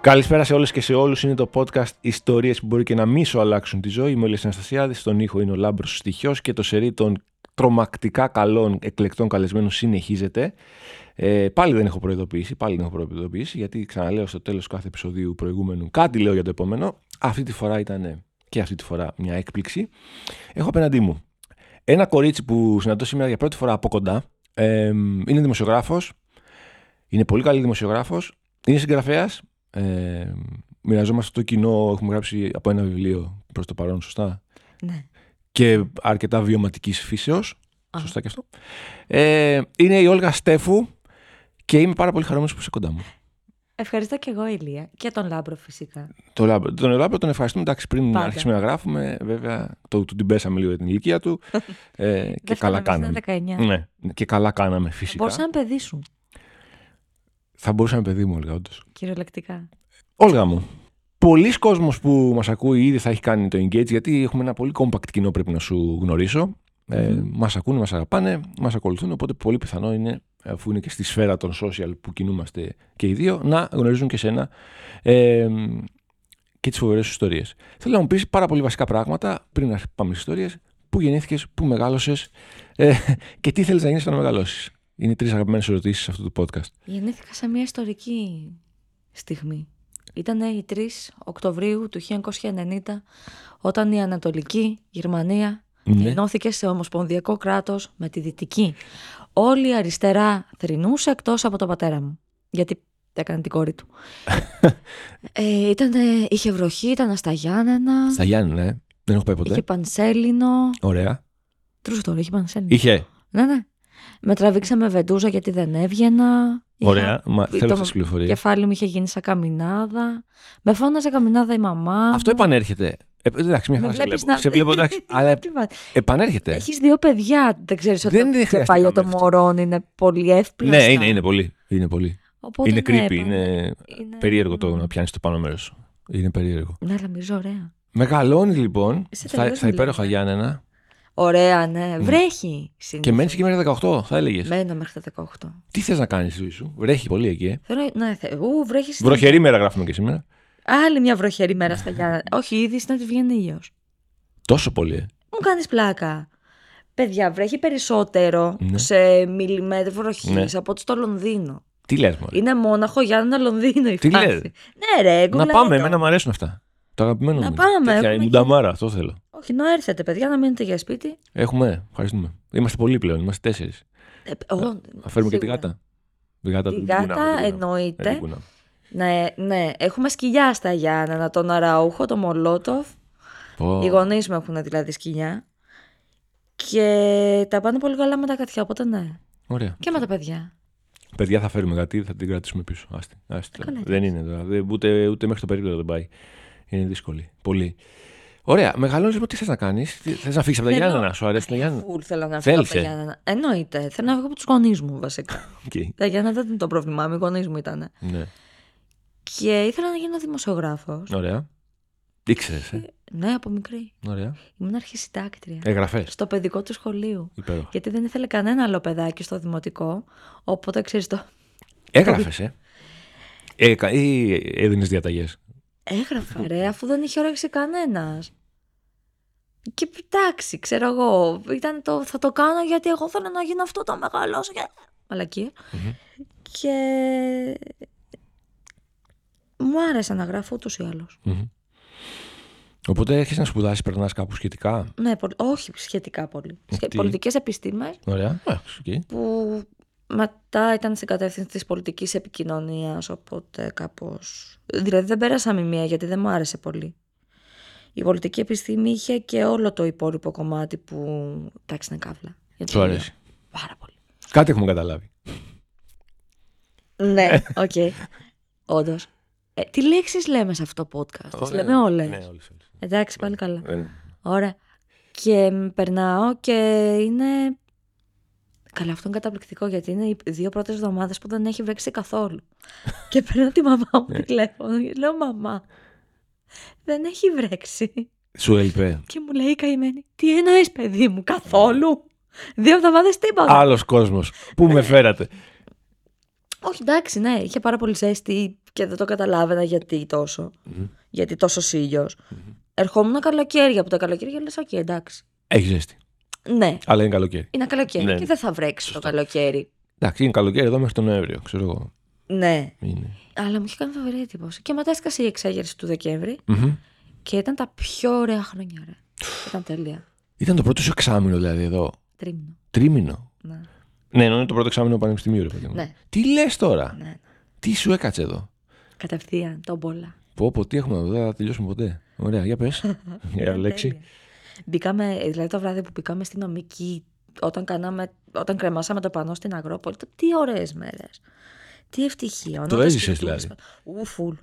Καλησπέρα σε όλες και σε όλους. Είναι το podcast «Ιστορίες που μπορεί και να μη σου αλλάξουν τη ζωή». Είμαι ο Ηλίας Αναστασιάδης, στον ήχο είναι ο Λάμπρος Στοιχιός και το σερί των τρομακτικά καλών εκλεκτών καλεσμένων συνεχίζεται. Ε, πάλι δεν έχω προειδοποιήσει, πάλι δεν έχω προειδοποιήσει, γιατί ξαναλέω στο τέλος κάθε επεισοδίου προηγούμενου κάτι λέω για το επόμενο. Αυτή τη φορά ήταν ε, και αυτή τη φορά μια έκπληξη. Έχω απέναντί μου ένα κορίτσι που συναντώ σήμερα για πρώτη φορά από κοντά. Ε, είναι δημοσιογράφος, είναι πολύ καλή δημοσιογράφος, είναι συγγραφέας, ε, μοιραζόμαστε το κοινό, έχουμε γράψει από ένα βιβλίο προς το παρόν, σωστά. Ναι. Και αρκετά βιωματικής φύσεως, σωστά και αυτό. Ε, είναι η Όλγα Στέφου και είμαι πάρα πολύ χαρούμενος που είσαι κοντά μου. Ευχαριστώ και εγώ, Ηλία. Και τον Λάμπρο, φυσικά. Το Λάμπρο, τον Λάμπρο τον ευχαριστούμε. Εντάξει, πριν Πάντα. αρχίσουμε να γράφουμε, βέβαια, το, του την πέσαμε λίγο για την ηλικία του. Ε, και Δεν καλά φτάναμε, κάναμε. Ήταν 19. Ναι, και καλά κάναμε φυσικά. Μπορούσα να είναι παιδί σου, Θα μπορούσαμε παιδί μου, Όλγα, όντως. κυριολεκτικά. Όλγα μου, πολλοί κόσμος που μας ακούει ήδη θα έχει κάνει το engage γιατί έχουμε ένα πολύ compact κοινό πρέπει να σου γνωρίσω. Ε, μας ακούνε, μας αγαπάνε, μας ακολουθούν οπότε πολύ πιθανό είναι αφού είναι και στη σφαίρα των social που κινούμαστε και οι δύο να γνωρίζουν και σένα ε, και τις φοβερές σου ιστορίες. Θέλω να μου πεις πάρα πολύ βασικά πράγματα πριν να πάμε στις ιστορίες. Πού γεννήθηκες, πού μεγάλωσες ε, και τι θέλεις να γίνεις όταν μεγαλώσεις. Είναι τρεις αγαπημένες ερωτήσεις αυτού του podcast. Γεννήθηκα σε μια ιστορική στιγμή. Ήταν η 3 Οκτωβρίου του 1990, όταν η Ανατολική Γερμανία Ναι. ενώθηκε σε ομοσπονδιακό κράτος με τη Δυτική. Όλη η αριστερά θρυνούσε εκτός από τον πατέρα μου. Γιατί έκανε την κόρη του. ε, ήτανε, είχε βροχή, ήταν στα Γιάννενα, Στα Γιάννη, ναι. Δεν έχω πάει ποτέ. είχε πανσέλινο. Ωραία. Τρούσε τώρα, είχε πανσέλινο. Είχε. Ναι, ναι. Με τραβήξαμε βεντούζα γιατί δεν έβγαινα. Είχα- Ωραία. Μα, το θέλω αυτές τις πληροφορίες. Κεφάλι μου είχε γίνει σαν καμινάδα. Με φώναζε καμινάδα η μαμά. Αυτό επανέρχεται. Ε, εντάξει, μια Με χαρά σε βλέπεις βλέπω. να- Σε βλέπω, εντάξει. αλλά επ- επανέρχεται. Έχεις δύο παιδιά. Δεν ξέρεις ότι Δεν είναι το χρειαστικά κεφάλιο με των αυτό. μωρών είναι πολύ εύπλαστα. Ναι, είναι, είναι πολύ. Είναι, πολύ. Οπότε, είναι ναι, creepy. επα- Είναι είναι- περίεργο το να πιάνεις το πάνω μέρος. Είναι περίεργο. Ναι, αλλά μυρίζει ωραία. Μεγαλώνει λοιπόν Είσαι στα, τελείως στα υπέροχα μιλάμε. Γιάννενα Ωραία, ναι. Βρέχει. και συνήθως. μένει και μέχρι τα 18, θα έλεγες. Μένω μέχρι τα 18. Τι θες να κάνεις στη ζωή σου, βρέχει πολύ εκεί. Ε. Θέλω, ναι, θε... Ου, βρέχει. στην- Βροχερή μέρα γράφουμε και σήμερα. Άλλη μια βροχερή μέρα στα Γιάννα. Όχι, ήδη στην της βγαίνει ήλιος. Τόσο πολύ. ε. Μου κάνεις πλάκα. Παιδιά, βρέχει περισσότερο Ναι. σε μιλιμέτρη βροχής Ναι. από ότι στο Λονδίνο. Τι λες, Μωρή. Είναι μόναχο Γιάννα Λονδίνο η Τι φάση. λες? Ναι, ρε, Να κουκλαρίτο. πάμε, εμένα μου αρέσουν αυτά. Το αγαπημένο Να μου. είναι. πάμε, Τέτοια, έχουμε η και- Μουνταμάρα, αυτό θέλω. Όχι, να έρθετε, παιδιά, να μείνετε για σπίτι. Έχουμε, ευχαριστούμε. Είμαστε πολλοί πλέον, είμαστε τέσσερις. Ε, εγώ- Θα φέρουμε και την σίγουρα. γάτα. Την γάτα, Την του γάτα Γκουνάμ, του Γκουνάμ. Ε, εννοείται. του Γκουνάμ. Ναι, ναι, έχουμε σκυλιά στα Γιάννενα. Τον Αραούχο, τον Μολότοφ. Πω, Οι γονείς μου έχουν δηλαδή σκυλιά. Και τα πάνε πολύ καλά με τα κατιά, οπότε ναι. Ωραία. Και με τα παιδιά. Παιδιά, θα φέρουμε γάτη, θα την κρατήσουμε πίσω. Άστη, άστη, τώρα. καλά, δεν είναι τώρα. Δεν, ούτε, ούτε μέχρι το περίπτωμα δεν πάει. Είναι δύσκολη. Πολύ. Ωραία. Μεγαλώνεις λοιπόν, τι θες να κάνεις. Θες να φύγεις από τα Θέλω- Γιάννενα, σου αρέσει τα Γιάννενα. Φουλ θέλω να φύγω από τα Θέλησε. Γιάννενα. Εννοείται. Θέλω να βγω από τους γονείς μου βασικά. Οκ, Τα Γιάννα δεν ήταν το πρόβλημά μου, οι γονείς μου ήταν. Ναι. Και ήθελα να γίνω δημοσιογράφος. Ωραία. Ήξερες. Ε. Ναι, από μικρή. Ωραία. Ήμουν αρχισυντάκτρια. Εγγραφέ. Στο παιδικό του σχολείου. Υπέροχα. Γιατί δεν ήθελε κανένα άλλο παιδάκι στο δημοτικό. Οπότε ξέρεις το. Έγραφες, ε. Έκα- ή έδινες διαταγές. Έγραφα ρε, αφού δεν είχε όρεξη κανένας. Και εντάξει, ξέρω εγώ. Ήταν το, θα το κάνω γιατί εγώ θέλω να γίνω αυτό, το μεγαλώσω. Και... μαλακια Και. Μου άρεσε να γράφω ούτως ή άλλως. Οπότε έρχεσαι να σπουδάσεις, περνάς κάπου σχετικά. Ναι, πολ- όχι σχετικά πολύ. Σχε... Τι? Πολιτικές επιστήμες Ωραία. Εντάξει, οκ. που μετά ήταν στην κατεύθυνση της πολιτικής επικοινωνίας, οπότε κάπως... Δηλαδή δεν πέρασα μημία γιατί δεν μου άρεσε πολύ. Η πολιτική επιστήμη είχε και όλο το υπόλοιπο κομμάτι που... Εντάξει, είναι καύλα. Γιατί Σου αρέσει. Πάρα πολύ. Κάτι έχουμε καταλάβει. Ναι, οκ. Όντως. Ε, τι λέξεις λέμε σε αυτό το podcast. Τις λέμε όλες. Ναι, όλες, όλες. Εντάξει, πάλι καλά. Ε, ναι. Ωραία. Και μ, περνάω και είναι. Καλά, αυτό είναι καταπληκτικό γιατί είναι οι δύο πρώτες εβδομάδες που δεν έχει βρέξει καθόλου. και παίρνω τη μαμά μου τηλέφωνο και λέω: Μαμά, δεν έχει βρέξει. Σου έλειπε. Και μου λέει η καημένη: Τι εννοείς, παιδί μου, καθόλου. δύο εβδομάδες τίποτα. Ε. Άλλος κόσμος. Πού με φέρατε. Όχι, εντάξει, ναι, είχε πάρα πολύ ζέστη και δεν το καταλάβαινα γιατί τόσο. Γιατί τόσο σίγιο. Ερχόμουν καλοκαίρια που τα καλοκαίρια λες: Οκ, εντάξει. Έχεις ζέστη. Ναι, Αλλά είναι καλοκαίρι. είναι καλοκαίρι Ναι. και δεν θα βρέξει το καλοκαίρι. Εντάξει, είναι καλοκαίρι εδώ μέχρι τον Νοέμβριο, ξέρω εγώ. Ναι. Είναι. Αλλά μου είχε κάνει φοβερή εντύπωση. Και μετά έσκασε η εξέγερση του Δεκέμβρη Μμμ. και ήταν τα πιο ωραία χρόνια. Ρε. Ήταν τέλεια. Ήταν το πρώτο σου εξάμεινο δηλαδή εδώ. Τρίμηνο. Τρίμηνο. Ναι. Ναι, ενώ είναι το πρώτο εξάμεινο πανεπιστημίου, ρε παιδί μου. Ναι. Τι λες τώρα, ναι. τι σου έκατσε εδώ. Κατευθείαν, τόμπολα. Πω, πω, τι έχουμε εδώ, δεν θα τελειώσουμε ποτέ. Ωραία, για πες. για Ήταν λέξη. τέλεια. Μπήκαμε, ε, δηλαδή το βράδυ που μπήκαμε στη νομική, όταν, κάναμε, όταν κρεμάσαμε το πανό στην Αγρόπολη, το- τι ωραίες μέρες. Τι ευτυχία. Το όντως, έζησες, σκεφτούμαστε. δηλαδή. Ου, φουλ.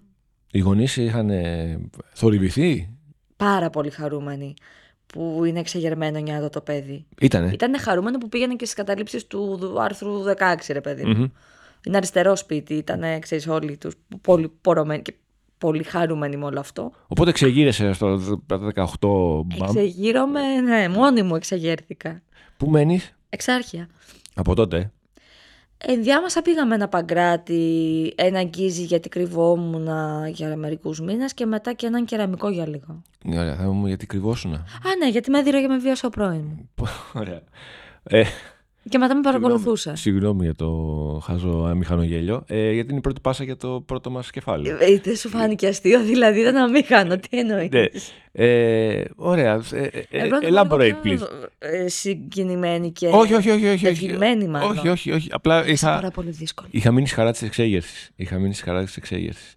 Οι γονείς είχαν ε, θορυβηθεί. Πάρα πολύ χαρούμενοι που είναι εξεγερμένο νιάδο το παιδί. Ήτανε. Ήταν χαρούμενο που πήγαινε και στις καταλήψεις του δου- άρθρου 16, ρε παιδί. μου. Μμμ. Είναι αριστερό σπίτι, ήταν, ξέρεις, όλοι τους πολύ πορωμένοι και πολύ χαρούμενοι με όλο αυτό. Οπότε ξεγείρεσαι στο 18 μπαμ. Εξεγείρομαι, ναι, μόνη μου εξεγέρθηκα. Πού μένεις Εξάρχεια. από τότε. Ενδιάμεσα πήγαμε ένα παγκράτη, ένα γκίζι γιατί κρυβόμουν για μερικούς μήνες και μετά και έναν κεραμικό για λίγο. Ναι, Ωραία, θα μου γιατί κρυβόσουνα. Α, ναι, γιατί με δίραγε με βίασε ο πρώην μου. Πω, Ωραία. Ε, Και μετά με παρακολουθούσες. συγγνώμη για το χάζο α, μηχανογέλιο, ε, γιατί είναι η πρώτη πάσα για το πρώτο μας κεφάλαιο. Ε, Δεν σου φάνηκε αστείο, δηλαδή ήταν αμήχανο. Τι εννοείς. Ναι. Ε, ωραία. Ε, ε, ε, Εγώ ήμουν elaborate, λίγο πιο, please. ε, συγκινημένη και. Όχι, όχι, όχι. όχι, όχι. Διακινημένη, μάλλον. όχι, όχι, όχι. Απλά Είσαι είχα, πάρα πολύ δύσκολο. είχα μείνει στη χαρά της εξέγερσης. Είχα μείνει στη χαρά της εξέγερσης.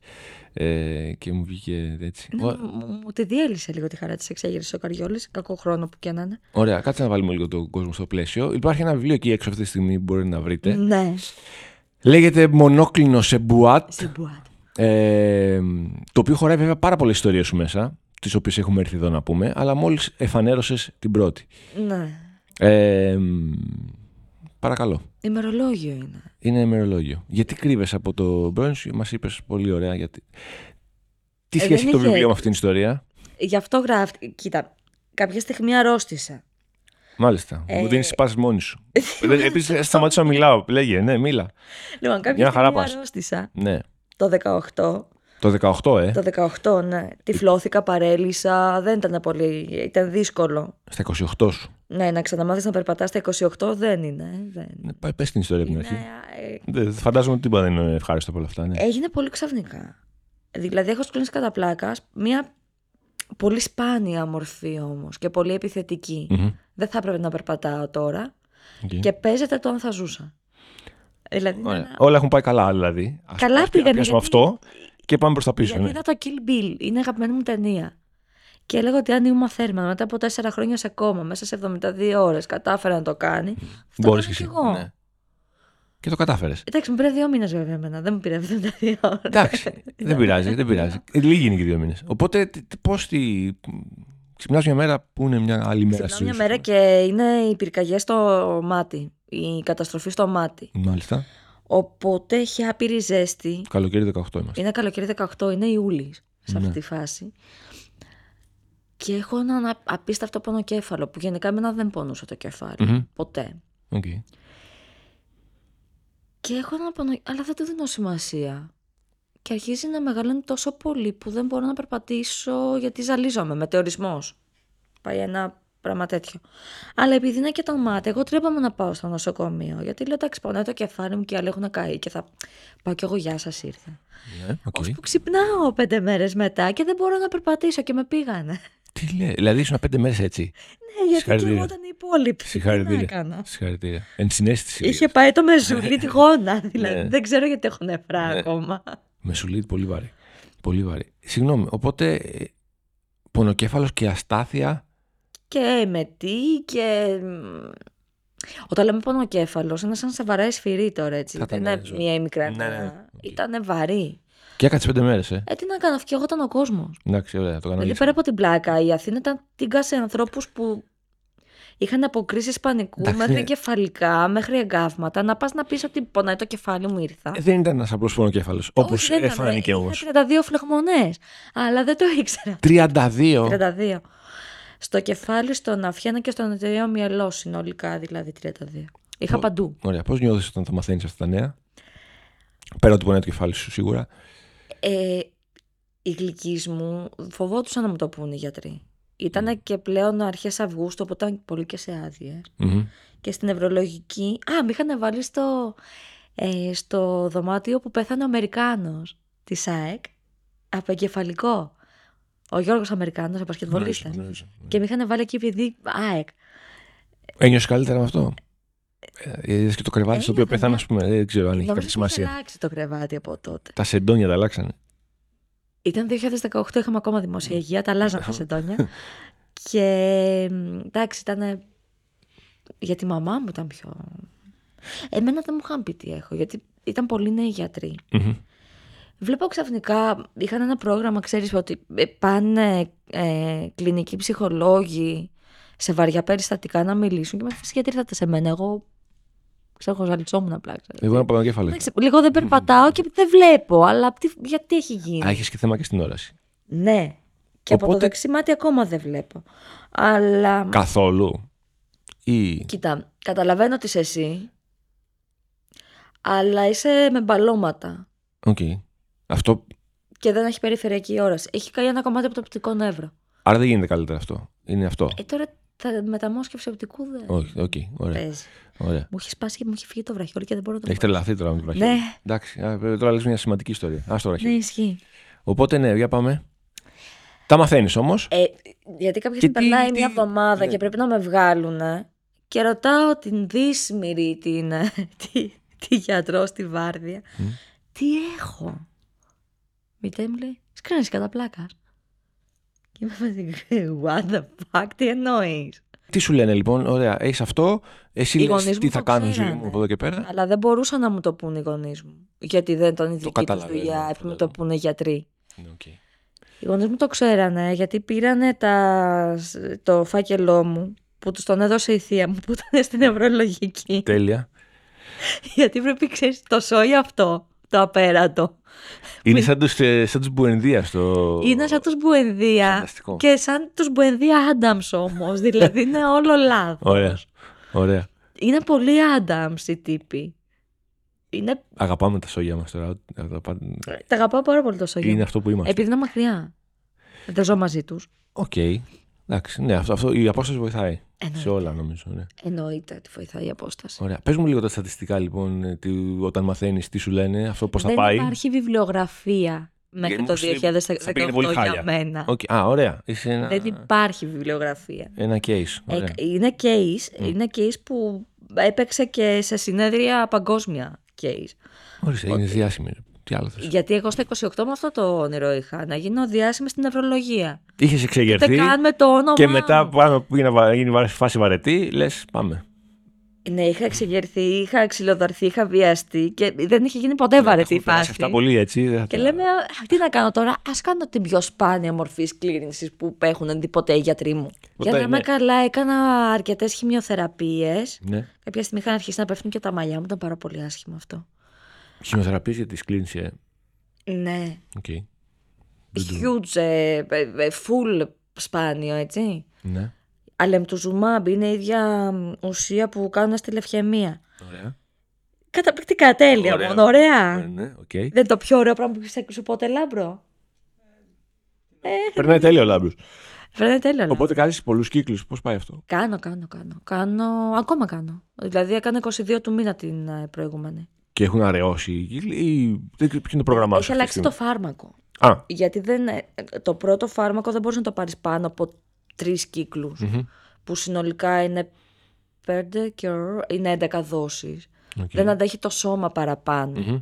Ε, και μου βγήκε έτσι. Ναι, Ω- μου- Μου τη διέλυσε λίγο τη χαρά της εξέγερση ο Καριόλης, κακό χρόνο που και να είναι. Ωραία, κάτσε να βάλουμε λίγο τον κόσμο στο πλαίσιο. Υπάρχει ένα βιβλίο εκεί έξω αυτή τη στιγμή που μπορείτε να βρείτε. Ναι, Λέγεται Μονόκλινο σε μπουάτ. στην Μπουάτ. Ε, το οποίο χωράει βέβαια πάρα πολλές ιστορίες σου μέσα, τις οποίες έχουμε έρθει εδώ να πούμε, αλλά μόλις εφανέρωσες την πρώτη. Ναι. Ε, παρακαλώ. Ημερολόγιο είναι. Είναι ημερολόγιο. Γιατί κρύβεσαι από το πρώην σου, μας είπες πολύ ωραία. Γιατί... Τι Ε, σχέση δεν έχει το είχε- βιβλίο με αυτήν την ιστορία. Γι' αυτό γράφει. Κοίτα, κάποια στιγμή αρρώστησα. Μάλιστα. Ε, Μου δίνει πάση μόνη σου. Επίσης, σταμάτησα να μιλάω. Λέγε, ναι, μίλα. Λοιπόν, κάποια Μια χαρά στιγμή πας. αρρώστησα Ναι. το 18. Το 18, ε. Το 18, ναι. Τυφλώθηκα, παρέλυσα. Δεν ήταν πολύ. Ήταν δύσκολο. Στα 28 σου. Ναι, να ξαναμάθεις να περπατάς στα 28 δεν είναι. ε, Δεν. Ναι, Πες την ιστορία από την αρχή. Είναι, ε, Δεν- Φαντάζομαι ότι τίποτα δεν είναι ευχάριστο από όλα αυτά. Ναι. Έγινε πολύ ξαφνικά. Δηλαδή, έχω σκλίνει κατά πλάκας μια πολύ σπάνια μορφή όμως και πολύ επιθετική. Μμμ. Δεν θα έπρεπε να περπατάω τώρα. Οκ. Και παίζεται το αν θα ζούσα. Δηλαδή, είναι Ωραία. ένα- Όλα έχουν πάει καλά, δηλαδή. Ας- Καλά ας- πήγανε, ας πιάσουμε γιατί- αυτό και πάμε προς τα πίσω. Γιατί Ναι. είδα το Kill Bill, είναι αγαπημένη μου ταινία. Και έλεγα ότι αν ήμουν θέρμα μετά από τέσσερα χρόνια σε κόμμα, μέσα σε 72 ώρες, κατάφερα να το κάνει. Θα το Μπορείς κάνω και εσύ. κι εγώ. Ναι. Και το κατάφερες. Εντάξει, μου πήρε δύο μήνες βέβαια εμένα. Δεν μου πήρε 72 ώρες. Εντάξει. δεν πειράζει, δεν πειράζει. Ναι. Ε, Λίγοι είναι και οι δύο μήνες. Οπότε, πώς τη. Ξυπνάς μια μέρα που είναι μια άλλη μέρα Ξυπνάω στη μια ζωή μέρα σου. και είναι οι πυρκαγιές στο μάτι. Η καταστροφή στο μάτι. Μάλιστα. Οπότε έχει άπειρη ζέστη. Καλοκαίρι 18 είμαστε. Είναι καλοκαίρι 18, είναι Ιούλη σε αυτή Ναι. τη φάση. Και έχω έναν α- απίστευτο πονοκέφαλο που γενικά εμένα δεν πονούσε το κεφάλι. Μμμ. Ποτέ. Οκ. Ναι, Και έχω έναν πονο... Αλλά δεν του δίνω σημασία. Και αρχίζει να μεγαλώνει τόσο πολύ που δεν μπορώ να περπατήσω γιατί ζαλίζομαι. Μετεωρισμός. Πάει ένα πράγμα τέτοιο. Αλλά επειδή είναι και το μάτι, εγώ τρέπαμε να πάω στο νοσοκομείο. Γιατί λέω εντάξει, πονάει το κεφάλι μου και οι άλλοι έχουν καεί. Και θα πάω κι εγώ, γεια σας ήρθα. Ναι, οκ. Ώσπου ξυπνάω πέντε μέρες μετά και δεν μπορώ να περπατήσω και με πήγανε. Τι λέει, δηλαδή ήσουν πέντε μέρες έτσι. Ναι, γιατί και Συγχαρητήρια. εγώ ήταν οι υπόλοιποι. Τι να έκανα. Συγχαρητήρια. Συγχαρητήρια. Εν συνέστηση. Είχε πάει το μεζουλί τη γόνα, δηλαδή. Ναι. Δεν ξέρω γιατί έχω νεφρά ακόμα. Με σουλίτ πολύ βαρύ. Πολύ βαρύ. Συγγνώμη, οπότε πονοκέφαλος και αστάθεια. και με τι και... μ, Όταν λέμε πονοκέφαλος, είναι σαν σοβαρά εσφυρί τώρα έτσι. Θα Δεν ήταν, είναι ναι, μία ή μικρά. Ναι, ναι, ναι. Ήταν βαρύ. Και έκατσε πέντε μέρες, ε. Ε, τι να κάνω, αυτό και εγώ ήταν ο κόσμος. Εντάξει, ωραία, το Δηλαδή κανονίσαμε. πέρα από την πλάκα, η Αθήνα ήταν τίγκα σε ανθρώπους που είχαν αποκρίσεις πανικού Εντάξει, μέχρι ναι. εγκεφαλικά, μέχρι εγκάβματα. Να πας να πεις ότι πονάει το κεφάλι μου ήρθα. Ε, Δεν ήταν ένας απλός πονοκέφαλο. Όπω Όχι, δεν ήταν, ε, φάνηκε είχα όμω. 32 φλεγμονέ. Αλλά δεν το ήξερα. 32. 32. Στο κεφάλι, στον αυχένα και στον εταιρείο μυελό συνολικά δηλαδή 32. Είχα Ω. παντού. Ωραία, πώς νιώθεις όταν τα μαθαίνεις αυτά τα νέα. Πέρα ότι πονάει το κεφάλι σου σίγουρα. Ε, οι γλυκείς μου φοβόντουσαν να μου το πούνε οι γιατροί. Ήταν και πλέον αρχές Αυγούστου, οπότε ήταν πολύ και σε άδειε. Μμμ. Και στην νευρολογική. Α, με είχαν βάλει στο, ε, στο δωμάτιο που πέθανε ο Αμερικάνος της ΑΕΚ από εγκεφαλικό. Ο Γιώργος Αμερικάνος, ο Γνωρίζω, πασκευολίστας. γνωρίζω. Και με είχαν βάλει εκεί επειδή ΑΕΚ. Ένιωσες καλύτερα με αυτό. Είδες και το κρεβάτι στο οποίο Ένιωθα πέθανε, μια- ας πούμε. ε, Δεν ξέρω αν έχει ναι. Νομίζω κάποια ότι είχε σημασία. αλλάξει το κρεβάτι από τότε. Τα σεντόνια τα αλλάξανε. Ήταν 2018, είχαμε ακόμα δημόσια υγεία, τα αλλάζαμε τα σεντόνια. και μ, εντάξει, ήταν. Για τη μαμά μου ήταν πιο. Εμένα δεν μου είχαν πει τι έχω, γιατί ήταν πολύ νέοι γιατροί. Μμμ. Βλέπω ξαφνικά, είχαν ένα πρόγραμμα, ξέρεις, ότι ε, πάνε ε, κλινικοί ψυχολόγοι σε βαριά περιστατικά να μιλήσουν και με φυσικά γιατί ήρθατε σε μένα. Εγώ ξέρω, γοζαλιτσόμουν απλά. Ξέρω. Εγώ ένα παπαγκέφαλο. Εντάξει, λίγο ε, δεν περπατάω και δεν βλέπω, αλλά τι- γιατί έχει γίνει. Α, έχει και θέμα και στην όραση. Ναι. Και από το Οπότε- δεξί μάτι ακόμα δεν βλέπω. Αλλά. Καθόλου. Ή. Κοίτα, καταλαβαίνω ότι είσαι εσύ. Αλλά είσαι με μπαλώματα. Οκ. Αυτό. Και δεν έχει περιφερειακή όραση. Έχει καεί ένα κομμάτι από το οπτικό νεύρο. Άρα δεν γίνεται καλύτερα αυτό. Είναι αυτό. Ε, τώρα τα μεταμόσχευση οπτικού δεν. Όχι, οκ. Ωραία. παίζει. ωραία. Μου έχει σπάσει και μου έχει φύγει το βραχιόλι και δεν μπορώ να το Έχει βγάλω. τρελαθεί τώρα με το βραχείο. Ναι. Εντάξει, α, τώρα λες μια σημαντική ιστορία. Ας το βραχείο. Ναι, ισχύει. Οπότε ναι, για πάμε. Τα μαθαίνεις όμως. Ε, γιατί κάποια Και στιγμή τι- περνάει τι- μια εβδομάδα ναι. και πρέπει να με βγάλουν. Και ρωτάω την δύσμηρη, την, τη, τη γιατρό στη βάρδια, τι έχω. Μητέ μου λέει, σκρίνεσαι κατά πλάκα. Και είμαι μαζί, what the fuck, τι εννοείς. Τι σου λένε λοιπόν, ωραία, έχεις αυτό. Εσύ Οι λες γονείς μου τι θα το κάνουν στη ζωή ξέρανε. μου από εδώ και πέρα. Αλλά δεν μπορούσαν να μου το πούνε οι γονείς μου. Γιατί δεν ήταν η δική τους καταλαβαίνω, δουλειά, έπρεπε να μου το καταλαβαίνω. πούνε οι γιατροί. Ναι, οκ. Οι γονείς μου το ξέρανε γιατί πήρανε τα, το φάκελό μου που τους τον έδωσε η θεία μου που ήταν στην ευρωλογική. Τέλεια. γιατί πρέπει, ξέρεις, το σόι αυτό, το απέρατο. Είναι σαν τους, ε, σαν τους Μπουενδία στο... Είναι σαν τους Μπουενδία Φανταστικό. και σαν τους Μπουενδία Άνταμς όμως, δηλαδή είναι όλο λάθος. Ωραία. Ωραία. Είναι πολύ Άνταμς οι τύποι. Είναι... Αγαπάμε τα σόγια μας τώρα. Τα- τα πάντα- Τα αγαπάω πάρα πολύ το σόγι. Ε. Είναι αυτό που είμαστε. Επειδή είναι μακριά. Δεν ζω μαζί τους. Οκ. Εντάξει, ναι, αυτό, αυτό, η απόσταση βοηθάει. Σε Εννοείται. όλα νομίζω. Ναι. Εννοείται ότι βοηθάει η απόσταση. Ωραία. Πες μου λίγο τα στατιστικά λοιπόν, ε, τι- όταν μαθαίνεις τι σου λένε, αυτό πώς θα δεν πάει. υπάρχει βιβλιογραφία μέχρι μου το στη- 2018 θα πήγαινε πολύ χάλια. για μένα. Οκ, Α, ωραία. Είσαι ένα, Δεν υπάρχει βιβλιογραφία. ένα case. Ε, Ωραία. είναι case, είναι case που έπαιξε και σε συνέδρια παγκόσμια case. Ορίστε, έγινες διάσημη. ρε. Τι άλλο θες. Γιατί εγώ στα 28 με αυτό το όνειρο είχα, να γίνω διάσημη στην νευρολογία. Είχες Ούτε εξεγερθεί καν με το όνομα. Δηλαδή, και μετά μου. πάνω που είναι βα- γίνει βα- φάση βαρετή, λες πάμε. Ναι, είχα εξεγερθεί, είχα ξυλοδαρθεί, είχα βιαστεί και δεν είχε γίνει ποτέ βαρετή η Έχουν περάσει φάση. Αυτά πολύ έτσι. δεν θα Και τα- λέμε, «Α, τι να κάνω τώρα, ας κάνω την πιο σπάνια μορφή κλήρινση που έχουν αντί ποτέ οι γιατροί μου. Ποτέ, Για να είμαι ναι. καλά, έκανα αρκετές χημειοθεραπείες. Ναι. Κάποια στιγμή είχαν αρχίσει να πέφτουν και τα μαλλιά μου, ήταν πάρα πολύ άσχημο αυτό. Χημειοθεραπείες για τη σκλήνηση. ε. Ναι. Οκ. Huge, ε, ε, ε, full σπάνιο, έτσι. Ναι. Αλεμτουζουμάμπ είναι η ίδια μ, ουσία που κάνουν στη λευχαιμία. Ωραία. Καταπληκτικά, τέλεια Ωραία. μόνο, ωραία. Ε, Ναι, οκ. Δεν το πιο ωραίο πράγμα που έχεις ακούσει ποτέ, Λάμπρο. Περνάει τέλειο ο λάμπρος. Φαίνεται τέλειο. Λάμπρος. Οπότε κάνεις πολλούς κύκλους. Πώς πάει αυτό. Κάνω, κάνω, κάνω. Κάνω, ακόμα κάνω. Δηλαδή έκανα 22 του μήνα την ε, προηγούμενη. Και έχουν αραιώσει οι κύκλοι ή δεν ξέρω ποιο είναι το πρόγραμμά σου. Έχει αυτή τη αλλάξει το στιγμή. φάρμακο. Α, Γιατί δεν, ε, το πρώτο φάρμακο δεν μπορείς να το πάρεις πάνω από τρεις κύκλους, Που συνολικά είναι 5 και ωρο- είναι 11 δόσεις. Οκ. Δεν αντέχει το σώμα παραπάνω. Μμμ.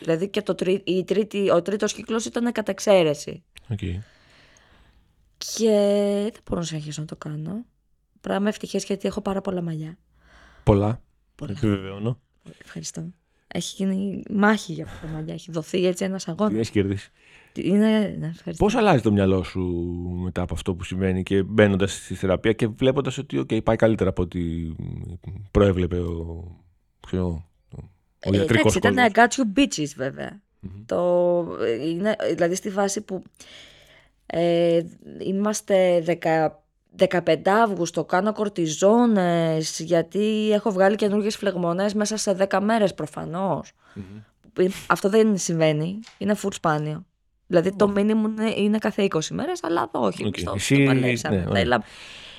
Δηλαδή και το τρι- η τρίτη, ο τρίτος κύκλος ήταν κατά εξαίρεση. οκ. Και δεν μπορώ να συνεχίσω να το κάνω. Πράγμα ευτυχές γιατί έχω πάρα πολλά μαλλιά. Πολλά. Επιβεβαιώνω. Ευχαριστώ. Έχει γίνει μάχη για αυτό το μαλλιά. Έχει δοθεί έτσι ένας Τι αγώνα. έχεις κερδίσει. Είναι. Ναι, ευχαριστώ. Πώς αλλάζει το μυαλό σου μετά από αυτό που συμβαίνει και μπαίνοντας στη θεραπεία και βλέποντας ότι οκ, πάει καλύτερα από ό,τι προέβλεπε ο, ξέρω, εγώ, ο Ε, ιατρικός εντάξει, κόσμο. ήταν I got you bitches, βεβαια Το, είναι, δηλαδή στη φάση που ε, είμαστε 10 15 Αύγουστο, κάνω κορτιζόνες γιατί έχω βγάλει καινούργιες φλεγμονές μέσα σε 10 μέρες προφανώς. Ε, Αυτό δεν συμβαίνει. Είναι full σπάνιο. Δηλαδή το minimum είναι, είναι κάθε 20 μέρες, αλλά εδώ όχι. Οκ. Okay. Στο, Εσύ- το παλέψαμε. ναι, τα ωραία. έλα-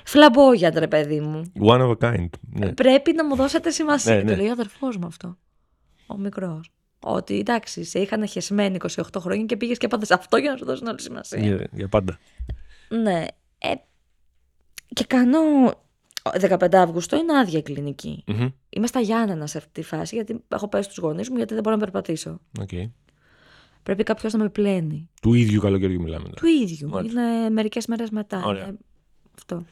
Φλαμπόγιατρε, παιδί μου. One of a kind. Ναι. Πρέπει να μου δώσετε σημασία. Ναι, ναι. Το λέει ο αδερφός μου αυτό. Ο μικρός. Ότι εντάξει, σε είχαν χεσμένη 28 χρόνια και πήγες και πάντα σε αυτό για να σου δώσουν όλη σημασία. Για, για πάντα. Ναι. Ε, και κάνω. 15 Αύγουστο είναι άδεια η κλινική. Μμμ. Είμαι στα Γιάννενα σε αυτή τη φάση, γιατί έχω πέσει του γονείς μου, γιατί δεν μπορώ να περπατήσω. Οκ. Πρέπει κάποιος να με πλένει. Του ίδιου καλοκαιριού μιλάμε τώρα. Του ίδιου. Μάλιστα. Είναι μερικές μέρες μετά. Ωραία. Είναι αυτό.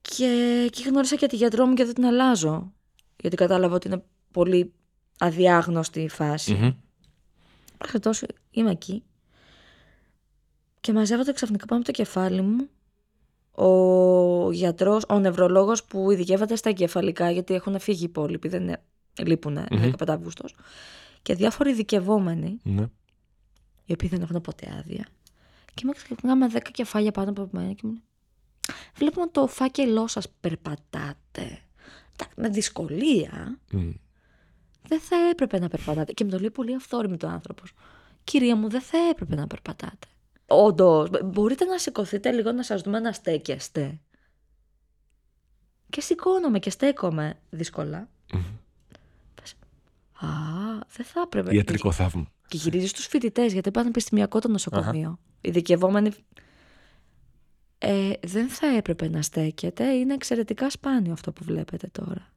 Και εκεί γνώρισα και τη γιατρό μου και δεν την αλλάζω. Γιατί κατάλαβα ότι είναι πολύ αδιάγνωστη η φάση. Μμμ. Μέχρι τόσο είμαι εκεί. Και μαζεύονται ξαφνικά πάνω από το κεφάλι μου ο γιατρός, ο νευρολόγος που ειδικεύεται στα εγκεφαλικά γιατί έχουν φύγει οι υπόλοιποι, δεν είναι- λείπουνε, Μμμ. 15 Αυγούστος και διάφοροι ειδικευόμενοι Ναι. οι οποίοι δεν έχουν ποτέ άδεια και είμαι ξαφνικά με 10 κεφάλια πάνω από μένα και μου λέει, βλέπουμε το φάκελό σας περπατάτε Εντάξει, με δυσκολία Μμ. δεν θα έπρεπε να περπατάτε. Και με το λέει πολύ αυθόρμητο άνθρωπος. Κυρία μου, δεν θα έπρεπε να περπατάτε. Όντως, μπορείτε να σηκωθείτε λίγο να σας δούμε να στέκεστε. Και σηκώνομαι και στέκομαι δύσκολα. Πες, Α, δεν θα έπρεπε. Ιατρικό θαύμα. Και γυρίζεις στου φοιτητές, γιατί πανεπιστημιακό το νοσοκομείο. Ειδικευόμενοι. Ε, δεν θα έπρεπε να στέκεται. Είναι εξαιρετικά σπάνιο αυτό που βλέπετε τώρα.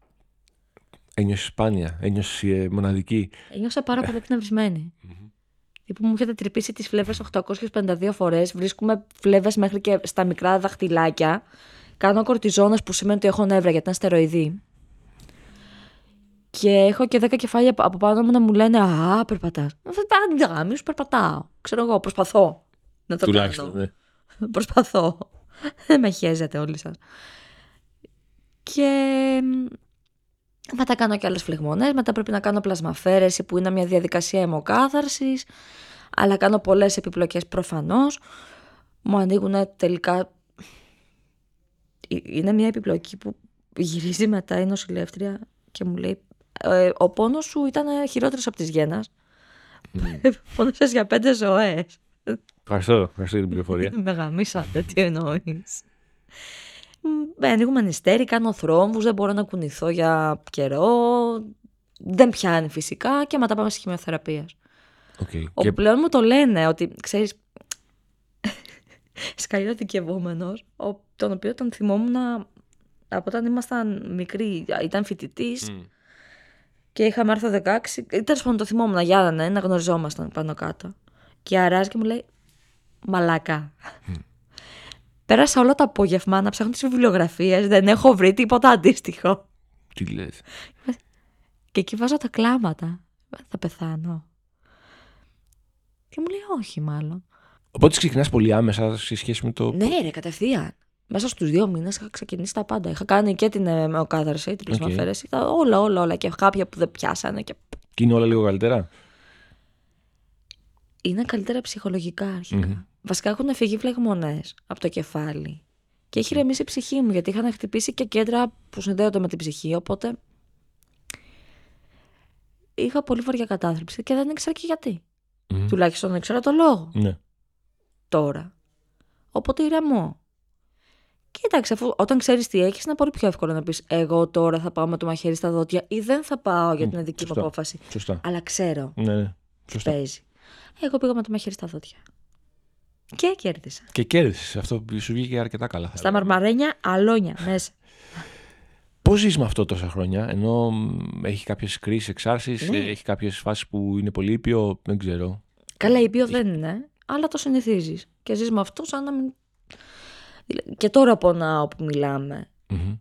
Ένιωσες σπάνια. Ένιωσες ε, μοναδική. Ένιωσα πάρα πολύ εκνευρισμένη. Τύπου μου είχατε τρυπήσει τις φλέβες 852 φορές, βρίσκουμε φλέβες μέχρι και στα μικρά δαχτυλάκια. Κάνω κορτιζόνες που σημαίνει ότι έχω νεύρα γιατί είναι στεροειδή. Και έχω και 10 κεφάλια από πάνω μου να μου λένε «Α, περπατάς». Αυτά τα γάμι σου περπατάω. Ξέρω εγώ, προσπαθώ να το Τουλάχιστον. κάνω. ναι. Προσπαθώ. Δεν με χαίζετε όλοι σας. Και μ, μετά κάνω και άλλες φλεγμονές, μετά πρέπει να κάνω πλασμαφέρεση που είναι μια διαδικασία αιμοκάθαρσης, αλλά κάνω πολλές επιπλοκές προφανώς. Μου ανοίγουν τελικά... Ε, Είναι μια επιπλοκή που γυρίζει μετά η νοσηλεύτρια και μου λέει «Ε, ο πόνος σου ήταν χειρότερος από της γένας. Πόνεσες για πέντε ζωές. Ευχαριστώ. Ευχαριστώ για την πληροφορία. Με γαμίσατε, τι εννοείς. Με ε, ανοίγουμε νηστέρι, κάνω θρόμβους, δεν μπορώ να κουνηθώ για καιρό. Δεν πιάνει φυσικά και μετά πάμε στη χημειοθεραπεία. Οκ. Όπου Και πλέον μου το λένε ότι, ξέρεις, σκαλιά δικαιωμένος, τον οποίο τον θυμόμουν από όταν ήμασταν μικροί, ήταν φοιτητής Μμ. και είχαμε άρθρο 16. Τέλος πάντων, το θυμόμουν για να, να γνωριζόμασταν πάνω κάτω. Και αράζει και μου λέει, Μαλάκα. Πέρασα όλο το απόγευμα να ψάχνω τις βιβλιογραφίες, δεν έχω βρει τίποτα αντίστοιχο. τι λες. Και εκεί βάζω τα κλάματα. Θα πεθάνω. Και μου λέει, Όχι, μάλλον. Οπότε ξεκινάς πολύ άμεσα σε σχέση με το. Ναι, ρε, κατευθείαν. Μέσα στους δύο μήνες είχα ξεκινήσει τα πάντα. Είχα κάνει και την ε, μεοκάδαρση, την πλασμαφέρεση, λοιπόν, τα- όλα, όλα, όλα. Και κάποια που δεν πιάσανε. Και... Και είναι όλα λίγο καλύτερα. Είναι καλύτερα ψυχολογικά αρχικά. Μμμ. Βασικά έχουν φύγει φλεγμονές από το κεφάλι. Και έχει ρεμίσει η ψυχή μου, γιατί είχαν χτυπήσει και κέντρα που συνδέονται με την ψυχή. Οπότε. Είχα πολύ βαριά κατάθλιψη και δεν ήξερα και γιατί. Μμμ. Τουλάχιστον δεν ήξερα το λόγο. Ναι. τώρα. Οπότε ηρεμώ. Κοίταξε, αφού όταν ξέρεις τι έχεις, είναι πολύ πιο εύκολο να πεις Εγώ τώρα θα πάω με το μαχαίρι στα δόντια ή δεν θα πάω για Μμ, την δική μου σωστό. απόφαση. Σωστά. Αλλά ξέρω, Ναι, ναι. Σωστά. παίζει. Εγώ πήγα με το μαχαίρι στα δόντια. Και κέρδισα. Και κέρδισες. Αυτό που σου βγήκε αρκετά καλά. Στα μαρμαρένια, αλόνια μέσα. Πώς ζεις με αυτό τόσα χρόνια, ενώ μ, έχει κάποιες κρίσεις, εξάρσεις, Ναι. έχει κάποιες φάσεις που είναι πολύ ήπιο, δεν ξέρω. Καλά, ήπιο δεν είναι, αλλά το συνηθίζεις. Και ζεις με αυτό σαν να μην. Και τώρα πονάω που μιλάμε. Μμμ.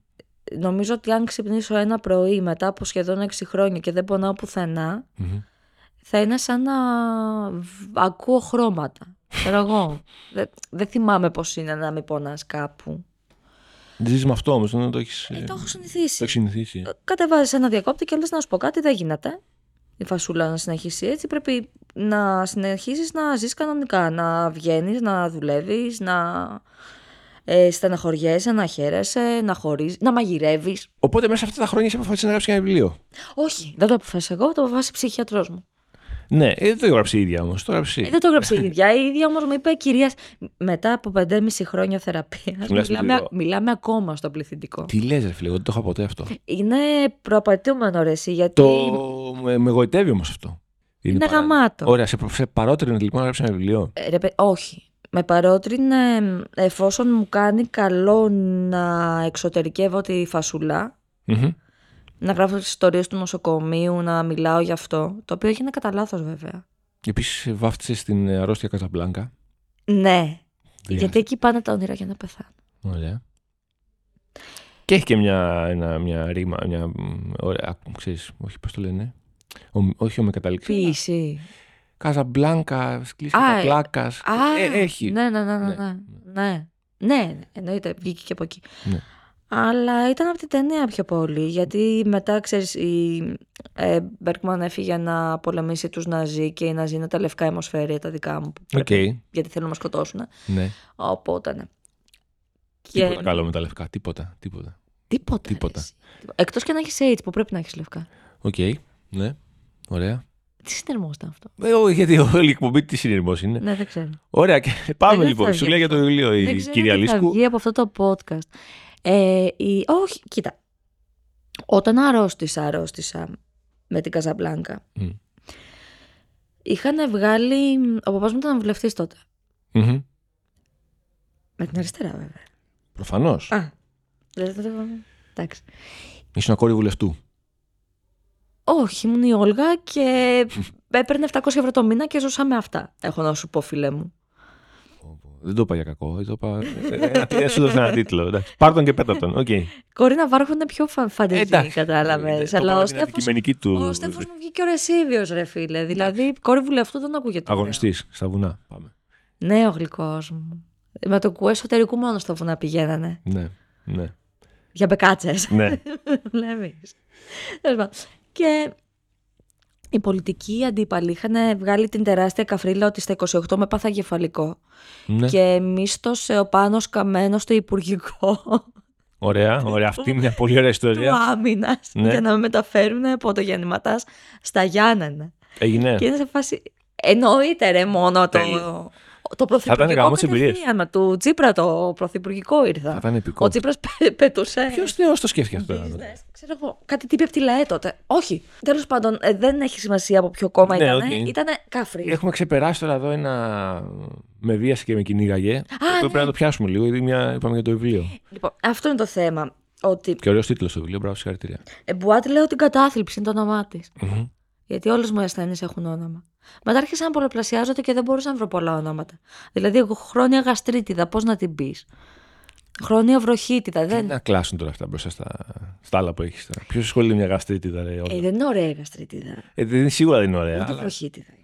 Νομίζω ότι αν ξυπνήσω ένα πρωί μετά από σχεδόν 6 χρόνια και δεν πονάω πουθενά, Μμμ. θα είναι σαν να β- ακούω χρώματα. Ξέρω εγώ. Δεν δεν θυμάμαι πώς είναι να με πονάς κάπου. Δεν ζεις με αυτό όμως, δεν το έχεις. Ε, το έχω συνηθίσει. συνηθίσει. ε. Κατεβάζεις ένα διακόπτη και λες να σου πω κάτι, δεν γίνεται. Η φασούλα να συνεχίσει έτσι. Πρέπει να συνεχίσεις να ζεις κανονικά. Να βγαίνεις, να δουλεύεις, να ε, στεναχωριέσαι, να χαίρεσαι, να χωρίζει, να μαγειρεύεις. Οπότε μέσα σε αυτά τα χρόνια είσαι αποφασίσει να γράψει και ένα βιβλίο. Όχι, δεν το αποφάσισα εγώ, το αποφάσισε ψυχιατρός μου. Ναι, ε, δεν το έγραψε η ίδια όμως. Το έγραψε. Ε, δεν το έγραψε η ίδια. Η ίδια όμως μου είπε, κυρίας, μετά από 5,5 χρόνια θεραπεία, Μιλάς μιλάμε, πληθυντικό. μιλάμε ακόμα στο πληθυντικό. Τι λες, ρε φίλε, εγώ δεν το είχα ποτέ αυτό. Είναι προαπαιτούμενο ρε, εσύ, γιατί Το. Με, με γοητεύει όμως αυτό. είναι παρά- γαμάτο. Ωραία, σε, σε παρότρινε λοιπόν να γράψεις ένα βιβλίο. Ε, ρε παι- όχι. Με παρότρινε εμ, εφόσον μου κάνει καλό να εξωτερικεύω τη φασουλά, Μμμ. να γράφω τις ιστορίες του νοσοκομείου, να μιλάω γι' αυτό, το οποίο έγινε κατά λάθος βέβαια. Επίσης, βάφτισες στην ε, αρρώστια Καζαμπλάνκα. Ναι, Δεν γιατί εκεί πάνε τα όνειρα για να πεθάνω. Ωραία. Και έχει και μια, ένα, μια ρήμα, μια, μ, ωραία, ξέρεις, όχι πώς το λένε, ο- όχι ο με καταληξή, Ποιήση. Καζαμπλάνκα, σκλήση Α, ε, πλάκας, Α, ε, έχει. Ναι, ναι, ναι, ναι. Ναι, Ναι, ναι. ναι εννοείται, βγήκε και από εκεί. Ναι. Αλλά ήταν από την ταινία πιο πολύ, γιατί μετά, ξέρεις, η ε, Μπέρκμαν έφυγε να πολεμήσει τους Ναζί και οι Ναζί είναι τα λευκά αιμοσφαίρια τα δικά μου, που Οκ, πρέπει- γιατί θέλουν να μας σκοτώσουν. ναι. Οπότε, ναι. Τίποτα καλό με τα λευκά, τίποτα, τίποτα. Τίποτα. Τίποτα. ρε, εσύ. Εκτός και να έχεις AIDS, που πρέπει να έχεις λευκά. Οκ, ναι, ωραία. Τι συνειρμός ήταν αυτό. Ε, ό, γιατί όλη η εκπομπή τη συνειρμός είναι. Ναι, δεν ξέρω. Ωραία, και πάμε Ε, Δεν λοιπόν. θα Σου βγει λέει για το βιβλίο Δεν η ξέρω κυρία τι θα Λίσκου. βγει από αυτό το podcast. Ε, η... Όχι, κοίτα. Όταν αρρώστησα, αρρώστησα με την Καζαμπλάνκα. Μμ. Είχαν βγάλει... Ο παπάς μου ήταν βουλευτής τότε. Μμμ. Με την αριστερά βέβαια. Προφανώς. Α, δηλαδή τότε... Εντάξει. Ήσουν κόρη βουλευτού. Όχι, ήμουν η Όλγα και έπαιρνε 700 ευρώ το μήνα και ζούσα με αυτά. Έχω να σου πω, φίλε μου. Δεν το είπα για κακό. Το είπα... ε, ε, σου δώσα ένα τίτλο. εντάξει. Πάρ' τον και πέτα τον. Οκ. Κορίνα Βάρχο είναι πιο φαν- φανταζή, Εντάξει. Ε, ναι, κατάλαβε. Το Αλλά πάρω ο την Στέφος, αντικειμενική του ο Στέφος μου βγήκε ο Ρεσίβιος, ρε φίλε. Δηλαδή, κόρη βουλευτού δεν ακούγεται. ωραίο. αγωνιστής στα βουνά. Πάμε. Ναι, ο γλυκός μου. Με το κουέ εσωτερικού μόνο στα βουνά πηγαίνανε. Ναι, ναι, Για μπεκάτσες. ναι. Βλέπεις. Και οι πολιτικοί αντίπαλοι είχαν βγάλει την τεράστια καφρίλα ότι στα 28 με πάθα εγκεφαλικό. ναι. Και μίστοσε ο πάνω καμένο στο υπουργικό Ωραία, ωραία. Αυτή είναι μια πολύ ωραία του ιστορία. άμυνας Ναι. για να με μεταφέρουν από το γεννηματά στα Γιάννενα. Έγινε. Και είναι σε φάση. Εννοείται ρε μόνο το. Τέλεια. Το πρωθυπουργικό γαμώτες εμπειρίες. κατευθείαν, μα του Τσίπρα το πρωθυπουργικό Θα ήρθα. ήταν Ο επικό. Τσίπρα πετούσε. Ποιος θεός το σκέφτηκε αυτό. να δω. business, Ξέρω εγώ, κάτι τύπη από τη ΛΑΕ τότε. Όχι. Τέλος πάντων, ε, δεν έχει σημασία από ποιο κόμμα Ναι, ήταν. οκ. Ήταν κάφρι. Έχουμε ξεπεράσει τώρα εδώ ένα. Με βίασε και με κυνήγαγε. Πρέπει ναι. να το πιάσουμε λίγο, γιατί μια... είπαμε για το βιβλίο. Λοιπόν, αυτό είναι το θέμα. Ότι Και ωραίος τίτλος το βιβλίο, μπράβο, συγχαρητήρια. ε, Μπουάτ λέω την κατάθλιψη είναι το όνομά της. Μμμ. Γιατί όλες μου οι ασθένειε έχουν όνομα. Μετά άρχισα να πολλαπλασιάζονται και δεν μπορούσα να βρω πολλά ονόματα. Δηλαδή, εγώ χρόνια γαστρίτιδα, πώς να την πεις. Χρόνια βροχίτιδα. Τι Δεν... να κλάσουν τώρα αυτά μπροστά στα, στα άλλα που έχεις τώρα. Ποιος ασχολείται με μια γαστρίτιδα, ρε. όλα. Ε, δεν είναι ωραία η γαστρίτιδα. Ε, δεν- σίγουρα δεν είναι ωραία. Ούτε αλλά- βροχίτιδα είναι.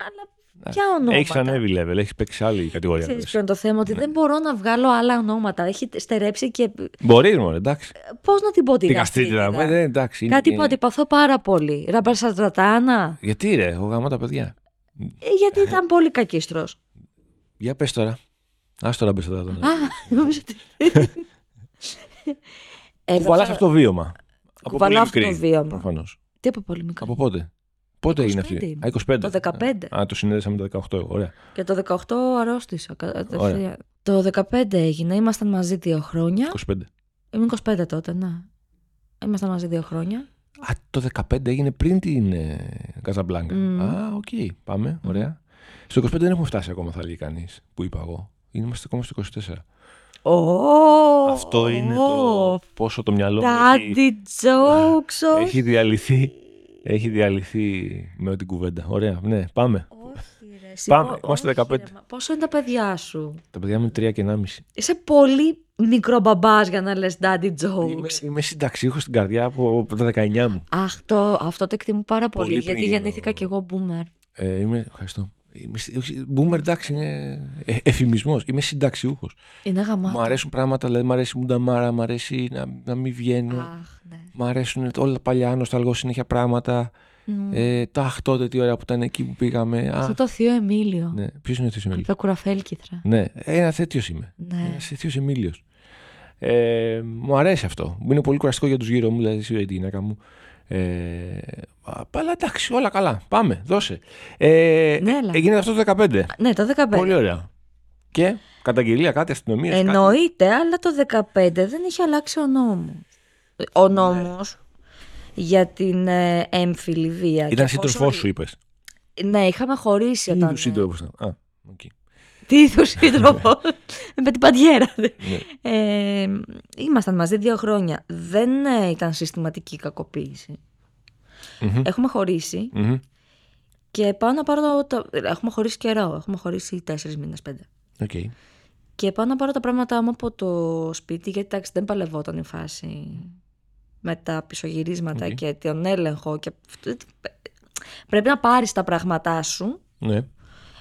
Αλλά ποια ονόματα. Έχεις ανέβει level, έχεις παίξει άλλη κατηγορία. Ξέρεις λες. ποιο είναι το θέμα, ότι δεν μπορώ να βγάλω άλλα ονόματα. Έχει στερέψει και. Μπορεί, μωρέ, εντάξει. Πώς να την πω τη Τι γαστρίτιδα. γαστρίτιδα. ε, δεν, εντάξει, είναι- Κάτι που είναι- αντιπαθώ πάρα πολύ. Ραμπαρσατρατάνα. Γιατί ρε, εγώ γαμώ τα παιδιά. Ε, γιατί ήταν πολύ κακίστρος. Για πες τώρα. Άστο να μπες τώρα. τον. Α, νομίζω ότι. Ε, Κουβαλάς αυτό το βίωμα. Από Κουβαλάω πολύ αυτό το μικρή, βίωμα. Προφανώς. Τι είπα πολύ μικρό. Από πότε. Πότε έγινε 25 αυτή. ήμουν. Α, 25. Το 15. Α, το συνέδεσα με το 18. Ωραία. Και το 18 αρρώστησα. κατευθείαν. Το 15 έγινε. Ήμασταν μαζί δύο χρόνια. 25. Ε, Ήμουν 25 τότε, ναι. Ήμασταν μαζί δύο χρόνια. Α, το 15 έγινε πριν την ε, Καζαμπλάνκα. Μμμ. Α, οκ. Πάμε. Ωραία. Στο 25 δεν έχουμε φτάσει ακόμα, θα λέει κανείς. Που είπα εγώ. Είμαστε ακόμα στο 24. Ω, Αυτό είναι το ω, πόσο το μυαλό μου έχει, Ε, Daddy jokes. όχι. έχει διαλυθεί. Έχει διαλυθεί με την κουβέντα. Ωραία, ναι, πάμε. Όχι, ρε. εσύ, Πάμε, πο- είμαστε όχι, 15. ρε, μα πόσο είναι τα παιδιά σου. Τα παιδιά μου είναι τρία και 1,5. Είσαι πολύ μικρό μπαμπάς για να λες daddy Είμαι, jokes. είμαι συνταξίχος στην καρδιά από, από τα 19 μου. Αχ, το, αυτό το εκτιμώ πάρα πολύ, Πολύ γιατί πριν γεννήθηκα γίνω. κι εγώ boomer. Ε, είμαι, ευχαριστώ. Είμαι, συ- όχι, boomer εντάξει είναι ε, εφημισμός. Είμαι συνταξιούχος. Είναι γαμάτο. Μου αρέσουν πράγματα, δηλαδή μου αρέσει η μουνταμάρα, μου αρέσει να, να μην βγαίνω. Αχ, ναι. Μ' αρέσουν όλα τα παλιά, νοσταλγώ συνέχεια πράγματα. Μμμ. Ε, τάχ, τότε τι ώρα που ήταν εκεί που πήγαμε. Αυτό Α, το θείο Εμίλιο. ναι. Ποιος είναι ο Θείος Εμίλιο. Το κουραφέλ κύθρα. Ναι, ένα τέτοιο είμαι. Ναι. Ένας τέτοιο Εμίλιος. Ε, μου αρέσει αυτό. Είναι πολύ κουραστικό για τους γύρω μου, δηλαδή εσύ ή τη γυναίκα μου. Ε, α, αλλά εντάξει, όλα καλά. Πάμε, δώσε. Ε, Ναι, αλλά- Έγινε αυτό το 15. Ναι, το 15. Πολύ ωραία. Και καταγγελία, κάτι αστυνομία. Εννοείται, αλλά το 15 δεν είχε αλλάξει ο νόμος. Ο νόμος για την ε, έμφυλη βία. Ήταν Και σύντροφός πόσο- σου, είπες. Ναι, είχαμε χωρίσει όταν. Ήταν σύντροφο. Α, οκ. Τι είδους σύντροφος. Με την παντιέρα. Ναι. Ε, ήμασταν μαζί δύο χρόνια. Δεν ε, ήταν συστηματική η κακοποίηση. Μμμ. Έχουμε χωρίσει Μμμ. και πάω να πάρω. Τα... τα- Έχουμε χωρίσει καιρό. Έχουμε χωρίσει τέσσερις μήνες, πέντε. Οκ. Και πάω να πάρω τα πράγματά μου από το σπίτι, γιατί εντάξει, δεν παλευόταν η φάση με τα πισωγυρίσματα Οκ. και τον έλεγχο. Και... ε, Πρέπει να πάρεις τα πράγματά σου Ναι.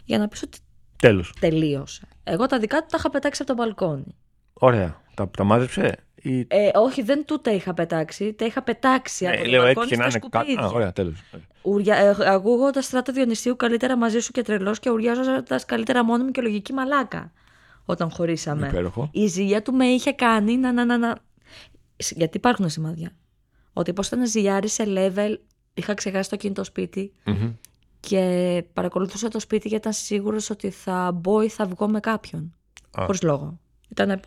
για να πεις ότι Τέλος. του Εγώ τα δικά του τα είχα πετάξει από το μπαλκόνι. Ωραία. Τα, τα μάζεψε. Ή... Ε, όχι, δεν του τα είχα πετάξει, τα είχα πετάξει από Ε, το λέω μπαλκόνι έτυχε να στα είναι κάτι. σκουπίδια. Ωραία, τέλος. Ουρια... Ε, ακούγοντας στράτο Διονυσίου καλύτερα μαζί σου και τρελός και ουριάζοντας καλύτερα μόνη μου και λογική μαλάκα όταν χωρίσαμε. Υπέροχο. Η ζηλιά του με είχε κάνει να. να, να, να... Σ- Γιατί υπάρχουν σημάδια. Ότι πώς ήταν ζηλιάρη σε level. Είχα ξεχάσει το κινητό σπίτι Μμμ. και παρακολουθούσα το σπίτι γιατί ήταν σίγουρος ότι θα μπω ή θα βγω με κάποιον. Α. Χωρίς λόγο. Ήταν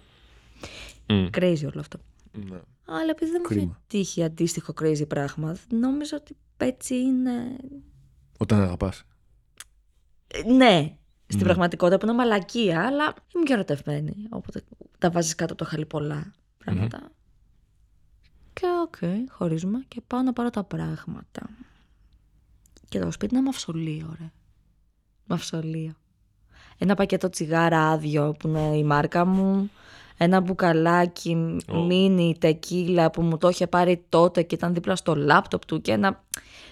Μμ. crazy όλο αυτό. Ναι. Αλλά επειδή δεν μου είχε Κρίμα. τύχει αντίστοιχο crazy πράγμα, νόμιζα ότι έτσι είναι. Όταν αγαπάς. Ε, Ναι, στην Ναι. πραγματικότητα που είναι μαλακία, αλλά είμαι και ερωτευμένη. Οπότε τα βάζεις κάτω από το χαλί πολλά πράγματα. Και οκ, χωρίζουμε και πάω να πάρω τα πράγματα. Και το σπίτι είναι μαυσολείο, ρε. Μαυσολείο. Ένα πακέτο τσιγάρα άδειο που είναι η μάρκα μου. Ένα μπουκαλάκι Ω. μίνι τεκίλα που μου το είχε πάρει τότε και ήταν δίπλα στο λάπτοπ του και ένα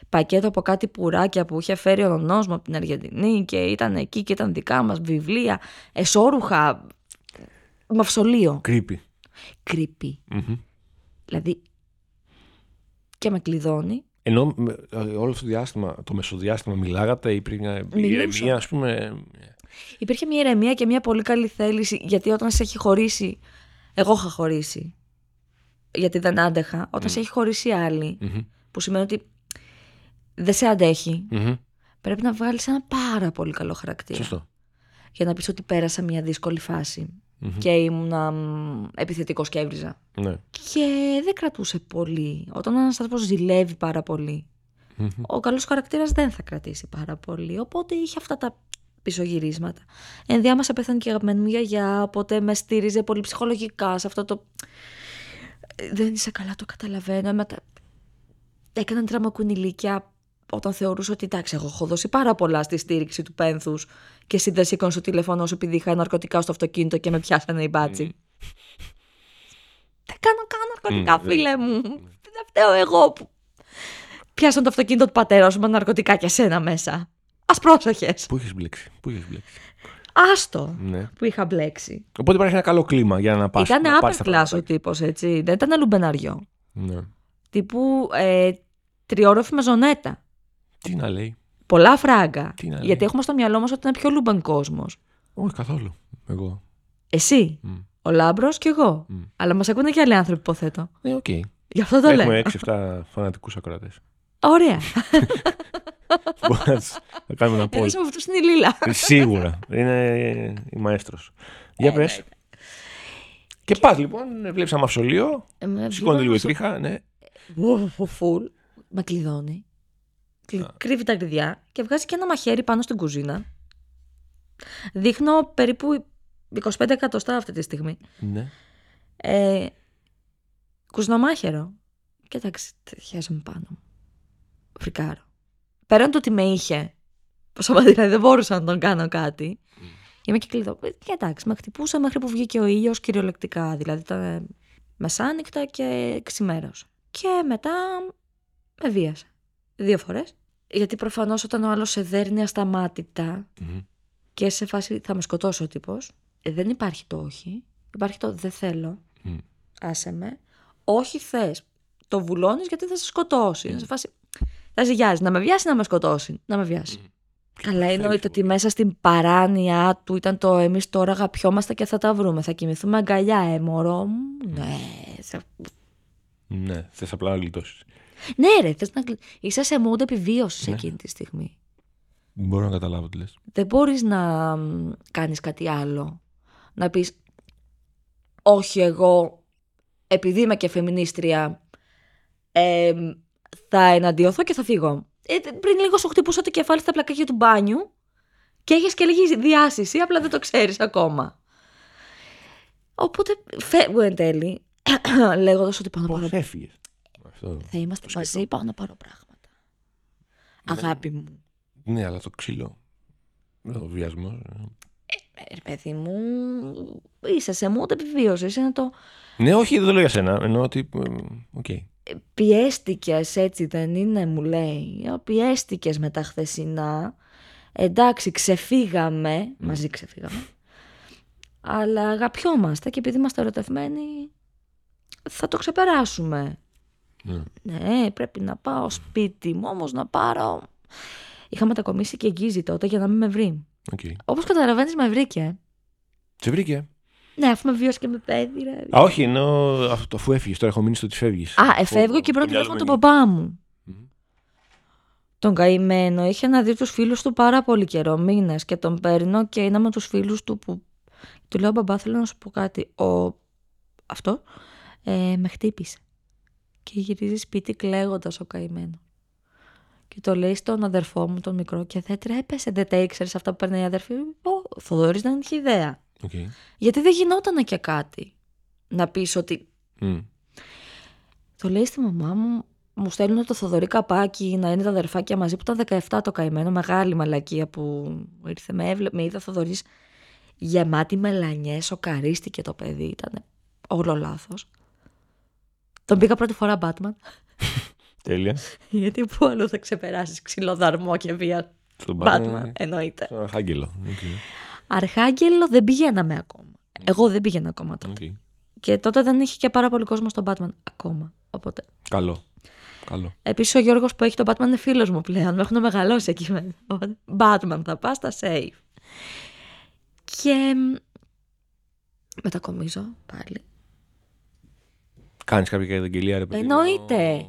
πακέτο από κάτι πουράκια που είχε φέρει ο νονός μου από την Αργεντινή και ήταν εκεί και ήταν δικά μας βιβλία, εσώρουχα, μαυσολείο, Creepy. κρύπη. Μμμ. Δηλαδή και με κλειδώνει. Ενώ με- ε, όλο αυτό το διάστημα, το μεσοδιάστημα, μιλάγατε ή πριν μια Μιλούσα. ηρεμία, ας πούμε. ε, Υπήρχε μια ηρεμία και μια πολύ καλή θέληση γιατί όταν σε έχει χωρίσει, εγώ είχα χωρίσει, γιατί δεν άντεχα, όταν σε έχει χωρίσει άλλη, Μμμ. που σημαίνει ότι δεν σε αντέχει, Μμμ. πρέπει να βγάλεις ένα πάρα πολύ καλό χαρακτήρα. Σωστό. για να πεις ότι πέρασα μια δύσκολη φάση και ήμουνα μ, επιθετικός και έβριζα. Ναι. Και δεν κρατούσε πολύ. Όταν ένας άνθρωπος ζηλεύει πάρα πολύ, Μμμ. ο καλός χαρακτήρας δεν θα κρατήσει πάρα πολύ. Οπότε είχε αυτά τα πισωγυρίσματα. Ενδιάμεσα πέθανε και η αγαπημένη μου γιαγιά, οπότε με στήριζε πολύ ψυχολογικά σε αυτό το... «Ε, Δεν είσαι καλά, το καταλαβαίνω. Μετά... Έκαναν τραμακουνιλίκια όταν θεωρούσα ότι εντάξει, εγώ έχω δώσει πάρα πολλά στη στήριξη του πένθους και εσύ δεν σήκωνες το τηλέφωνο σου επειδή είχα ναρκωτικά στο αυτοκίνητο και με πιάσανε οι μπάτσι. Δεν κάνω καν ναρκωτικά, Μμ, φίλε μου. Δεν φταίω εγώ που. Πιάσαν το αυτοκίνητο του πατέρα σου με ναρκωτικά και εσένα μέσα. Ας πρόσεχες. Πού είχες μπλέξει. Πού είχες μπλέξει. Άστο Ναι. που είχα μπλέξει. Οπότε υπάρχει ένα καλό κλίμα για να πας. Ήταν upper class ο τύπος, έτσι. Δεν ήταν λουμπεναριό. Ναι. Τύπου ε, τριόροφη με ζωνέτα. Τι να λέει. Πολλά φράγκα. Τι να λέει. Γιατί έχουμε στο μυαλό μας ότι είναι πιο λούμπαν κόσμος. Όχι καθόλου. Εγώ. Εσύ, Μμ. ο Λάμπρος και εγώ. Μμ. Αλλά μας ακούνε και άλλοι άνθρωποι, υποθέτω. Ναι, οκ. Γι' αυτό το Έχουμε λέω. 6-7 φανατικούς ακροατές. Ωραία. Μπορείς να τους- να κάνουμε ένα poll. Ελπίζω με αυτούς είναι η Λίλα. Σίγουρα. Είναι ε, η μαέστρος. Για πες. Και πας λοιπόν, βλέπεις ένα μαυσολείο. Ε, με Σηκώνεται λίγο η βγήκε τρίχα. Ναι. ο Φουλ. Με κλειδώνει. Κλει- Κρύβει τα κλειδιά και βγάζει και ένα μαχαίρι πάνω στην κουζίνα. Δείχνω περίπου 25 εκατοστά αυτή τη στιγμή. Ναι. Ε, κουζινομάχαιρο. Κοίταξε, χαίρομαι πάνω μου. Φρικάρω. Πέραν το ότι με είχε, πόσο δηλαδή δεν μπορούσα να τον κάνω κάτι. Είμαι και κλειδώ. Ε, Κοίταξε, με χτυπούσα μέχρι που βγήκε ο ήλιος κυριολεκτικά. Δηλαδή ήταν ε, μεσάνυχτα και ξημέρωσα. Και μετά με βίασε. Δύο φορές. Γιατί προφανώς όταν ο άλλος σε δέρνει ασταμάτητα, Μμμ. και σε φάση θα με σκοτώσει ο τύπος. δεν υπάρχει το όχι. Υπάρχει το δεν θέλω. Μμ. Ναι. Άσε με. Όχι θες. Το βουλώνεις γιατί θα σε σκοτώσει. Είναι σε φάση. Θα ζυγιάζει. Να με βιάσει, να με σκοτώσει. Να με βιάσει. Μμμ. Καλά, είναι θέλεις, ότι ότι βέβαια. μέσα στην παράνοια του ήταν το εμείς τώρα αγαπιόμαστε και θα τα βρούμε. Θα κοιμηθούμε αγκαλιά, ε, μωρό μου. Ναι, θα- Ναι, θες απλά να γλιτώσεις. ναι ρε, θες να... κλει- είσαι σε mood επιβίωσης εκείνη τη στιγμή. Μπορώ να καταλάβω τι λες. Δεν μπορείς να μ, κάνεις κάτι άλλο. Να πεις, όχι εγώ, επειδή είμαι και φεμινίστρια, ε, θα εναντιωθώ και θα φύγω. Ε, τε- πριν λίγο σου χτυπούσα το κεφάλι στα πλακάκια του μπάνιου και έχεις και λίγη διάσηση, απλά δεν το ξέρεις ακόμα. Οπότε φεύγω εν τέλει, λέγοντας ότι πάνω Πώ πάνω έφυγες. Αυτό. θα είμαστε μαζί, πάνω πάνω πράγματα. Αγάπη μου. Ναι, αλλά το ξύλο. Ο βιασμός. Ε, ρε παιδί μου, είσαι σε mood επιβίωσης. Είναι το Ναι, όχι, δεν το λέω για σένα. Εννοώ ότι. ε, Οκ. πιέστηκες έτσι, δεν είναι, μου λέει. Πιέστηκες με τα χθεσινά. Εντάξει, ξεφύγαμε. Μαζί ξεφύγαμε. Αλλά αγαπιόμαστε και επειδή είμαστε ερωτευμένοι, θα το ξεπεράσουμε. Ναι. Ναι, πρέπει να πάω σπίτι μου, όμως να πάρω. Είχα μετακομίσει και εγγύζει τότε για να μην με βρει. οκ. Όπως καταλαβαίνεις, με βρήκε. Σε βρήκε. Ναι, αφού με βιώσει και με παιδί, ρε. Α, όχι, εννοώ αυτό, αφού έφυγες. Τώρα έχω μείνει στο ότι φεύγεις. Α, εφεύγω και πρώτο τηλέφωνο τον παπά μου. Μμμ. Τον καημένο. Είχε να δει τους φίλους του πάρα πολύ καιρό, μήνες. Και τον παίρνω και είναι με τους φίλους του που. Του λέω, Μπαμπά, θέλω να σου πω κάτι. Ο... Αυτό ε, με χτύπησε. Και γυρίζει σπίτι κλαίγοντας ο καημένος. Και το λέει στον αδερφό μου, τον μικρό, και δεν τρέπεσαι, δεν τα ήξερες αυτά που παίρνει η αδερφή μου. Ο Θοδωρής δεν είχε ιδέα. Οκ. Γιατί δεν γινότανε και κάτι. Να πεις ότι Μμ. Το λέει στη μαμά μου, μου στέλνουν το Θοδωρή καπάκι να είναι τα αδερφάκια μαζί που ήταν 17 το καημένο, μεγάλη μαλακία που ήρθε με, έβλε, με είδα Θοδωρής γεμάτη μελανιές, σοκαρίστηκε το παιδί, ήταν όλο λάθος. Τον πήγα πρώτη φορά Batman, Τέλεια. γιατί που αλλού θα ξεπεράσεις ξυλοδαρμό και βία Στον Batman, Batman. εννοείται. Στον Αρχάγγελο. Αρχάγγελο δεν πηγαίναμε ακόμα. Εγώ δεν πήγαινα ακόμα τότε. Οκ. Οκ. Και τότε δεν είχε και πάρα πολύ κόσμο στον Batman ακόμα. Οπότε Καλό. Καλό. Επίσης, ο Γιώργος που έχει τον Batman είναι φίλος μου πλέον. Με έχουν μεγαλώσει εκεί μέσα. Οπότε, Batman θα πας, τα safe. Και. μ, Μετακομίζω πάλι. Κάνεις κάποια καταγγελία, ρε παιδί. μου. Εννοείται.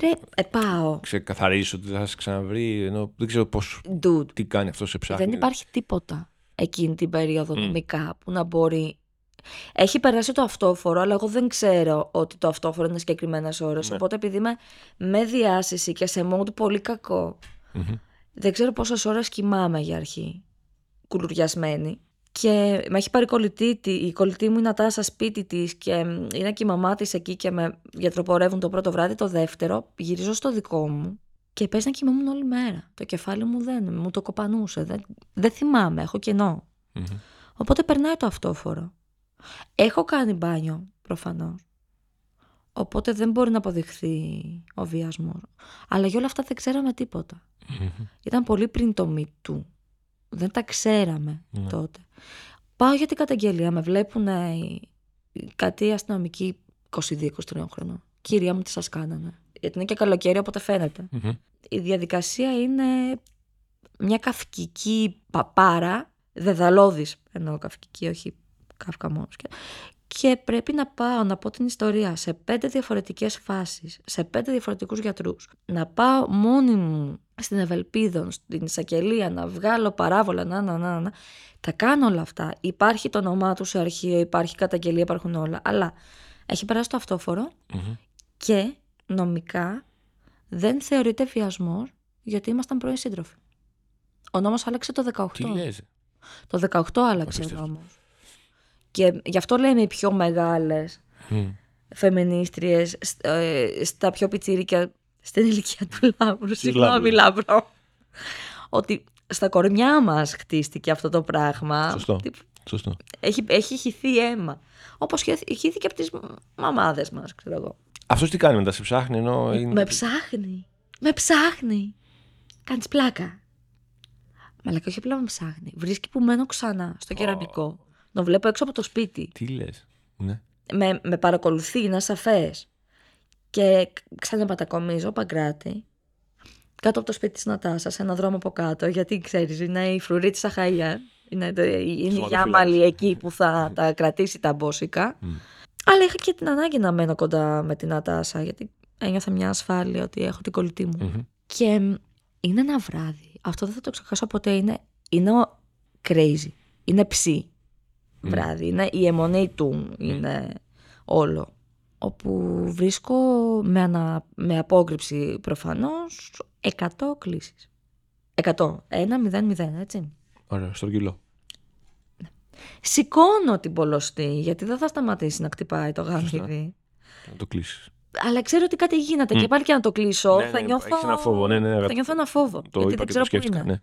Ρε, ε, πάω. Ξεκαθαρίζει ότι θα σε ξαναβρει. Ενώ δεν ξέρω πώς. Dude, Τι κάνει αυτός σε ψάχνει. δεν υπάρχει τίποτα εκείνη την περίοδο νομικά που να μπορεί. Έχει περάσει το αυτόφορο, αλλά εγώ δεν ξέρω ότι το αυτόφορο είναι συγκεκριμένες ώρες. Ναι. Οπότε, επειδή είμαι με διάσηση και σε mood πολύ κακό, Μμμ. Δεν ξέρω πόσες ώρες κοιμάμαι για αρχή, κουλουριασμένη. Και με έχει πάρει η κολλητή, τη- η κολλητή μου είναι ατάσα σπίτι της και μ, είναι και η μαμά της εκεί και με γιατροπορεύουν το πρώτο βράδυ, το δεύτερο. Γυρίζω στο δικό μου και πες να κοιμόμουν όλη μέρα. Το κεφάλι μου δεν, μου το κοπανούσε. Δεν, δεν θυμάμαι, έχω κενό. Μμμ. Οπότε περνάει το αυτόφορο. Έχω κάνει μπάνιο, προφανώς. Οπότε δεν μπορεί να αποδειχθεί ο βιασμός. Αλλά για όλα αυτά δεν ξέραμε τίποτα. Μμμ. Ήταν πολύ πριν το MeToo. Δεν τα ξέραμε Ναι. τότε. Πάω για την καταγγελία. Με βλέπουν ε, οι- οι- κάτι αστυνομικοί 22-23 χρόνων. Κυρία μου, τι σας κάνανε. Γιατί είναι και καλοκαίρι, οπότε φαίνεται. Μμμ. Η διαδικασία είναι μια καυκική παπάρα, δεδαλώδης, εννοώ καυκική, όχι καύκα μόνος. Και, και πρέπει να πάω να πω την ιστορία σε πέντε διαφορετικές φάσεις, σε πέντε διαφορετικούς γιατρούς. Να πάω μόνη μου στην Ευελπίδων, στην Ισακελία, να βγάλω παράβολα, να, να, να, να. Τα κάνω όλα αυτά. Υπάρχει το όνομά τους σε αρχείο, υπάρχει καταγγελία, υπάρχουν όλα. Αλλά έχει περάσει το αυτόφορο Μμμ. και νομικά δεν θεωρείται βιασμό γιατί ήμασταν πρώην σύντροφοι. Ο νόμος άλλαξε το 18. Τι λες. Το 18 άλλαξε ο Απίστευτο. νόμος. Και γι' αυτό λέμε οι πιο μεγάλες Μμμ. φεμινίστριες σ- ε, στα πιο πιτσίρικα στην ηλικία του Λάμπρου. Συγγνώμη, Λάμπρου. Λάμπρο. Ότι στα κορμιά μας χτίστηκε αυτό το πράγμα. Σωστό. Τύπου, Σωστό. Έχει, έχει χυθεί αίμα. Όπως χυθ- χύθηκε από τις μαμάδες μας, ξέρω εγώ. Αυτός τι κάνει μετά, σε ψάχνει ενώ. Ε, είναι- Με ψάχνει. Με ψάχνει. Κάνει πλάκα. Μαλάκα, όχι απλά με ψάχνει. Βρίσκει που μένω ξανά στο κεραμικό. Τον βλέπω έξω από το σπίτι. Τι λες. Ναι. Με, με παρακολουθεί, είναι σαφέ. Και ξ- ξαναπατακομίζω, Παγκράτη. κάτω από το σπίτι της Νατάσα, σε έναν δρόμο από κάτω, γιατί ξέρεις, είναι η φρουρή της Αχαία. Είναι, το- είναι η Σωματοφύλακας. γιάμαλη εκεί που θα τα κρατήσει τα μπόσικα. Αλλά είχα και την ανάγκη να μένω κοντά με την Νατάσα, γιατί ένιωθα μια ασφάλεια ότι έχω την κολλητή μου. Μμμ. Και μ, είναι ένα βράδυ. Αυτό δεν θα το ξεχάσω ποτέ. Είναι, είναι ο- crazy. Είναι ψή Mm. βράδυ. Είναι η αιμονή του. Είναι όλο. Όπου βρίσκω με, ανα, με απόκρυψη προφανώς 100 κλήσεις. 100. 1-0-0, έτσι. Ωραία, στρογγυλό. Σηκώνω την πολλωστή, γιατί δεν θα σταματήσει να χτυπάει το γάμιδι. Να το κλείσεις. Αλλά ξέρω ότι κάτι γίνεται και πάλι και να το κλείσω θα νιώθω... Έχεις Ναι, ένα φόβο. Ναι, ναι, ναι. Θα νιώθω ένα φόβο, Το είπα γιατί και δεν το ξέρω πού σκέφτηκα. είναι. Ναι.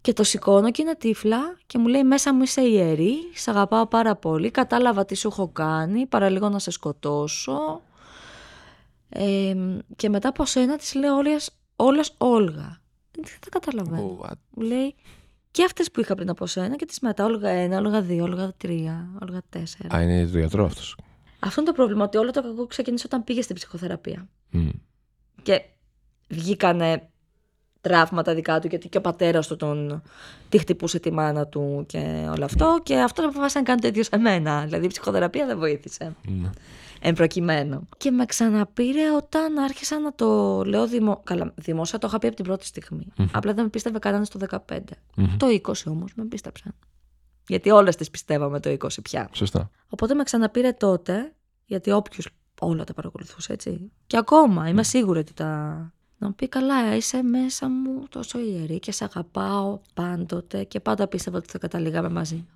Και το σηκώνω και είναι τύφλα και μου λέει μέσα μου είσαι ιερή, σ' αγαπάω πάρα πολύ, κατάλαβα τι σου έχω κάνει, παραλίγο να σε σκοτώσω. Ε, και μετά από σένα της λέω όλες, όλες Όλγα. Δεν τα καταλαβαίνω. Ω, α, Μου λέει και αυτές που είχα πριν από σένα και τις μετά, Όλγα 1, Όλγα 2, Όλγα 3, Όλγα 4. Α, είναι το γιατρό αυτός. Αυτό είναι το πρόβλημα, ότι όλο το κακό ξεκίνησε όταν πήγε στην ψυχοθεραπεία. Και βγήκανε τραύματα δικά του, γιατί και ο πατέρας του τον τη χτυπούσε τη μάνα του και όλο αυτό. Και αυτό αποφάσισε να κάνει το ίδιο σε μένα. Δηλαδή η ψυχοθεραπεία δεν βοήθησε. Εν προκειμένου. Ναι. Και με ξαναπήρε όταν άρχισα να το λέω δημο... Καλά, δημόσια το είχα πει από την πρώτη στιγμή. Απλά δεν με πίστευε κανένας το 15. Το 20 όμως με πίστεψαν. Γιατί όλες τις πιστεύαμε το 20 πια. Σωστά. Οπότε με ξαναπήρε τότε, γιατί όποιος όλα τα παρακολουθούσε έτσι. Και ακόμα είμαι σίγουρη ότι τα. Να μου πει καλά, είσαι μέσα μου τόσο ιερή και σε αγαπάω πάντοτε και πάντα πίστευα ότι θα καταλήγαμε μαζί.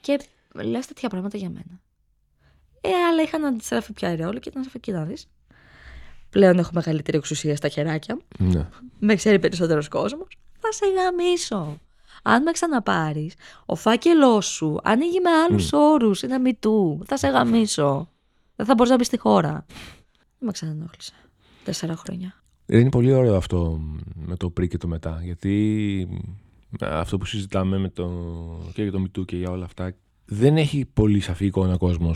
Και λες τέτοια πράγματα για μένα. Ε, αλλά είχαν αντιστραφεί πια οι ρόλοι και ήταν σε φεκή να δεις. Πλέον έχω μεγαλύτερη εξουσία στα χεράκια μου Ναι. με ξέρει περισσότερος κόσμος, θα σε γαμίσω. Αν με ξαναπάρεις, ο φάκελός σου ανοίγει με άλλους mm. όρους. Είναι μητού. Θα σε γαμίσω. Δεν θα μπορείς να μπεις στη χώρα. Δεν με ξανανόχλησε. Τέσσερα χρόνια. Ε, Είναι πολύ ωραίο αυτό με το πριν και το μετά. Γιατί ε, αυτό που συζητάμε με το, και για το Μητού και για όλα αυτά, δεν έχει πολύ σαφή εικόνα ο κόσμος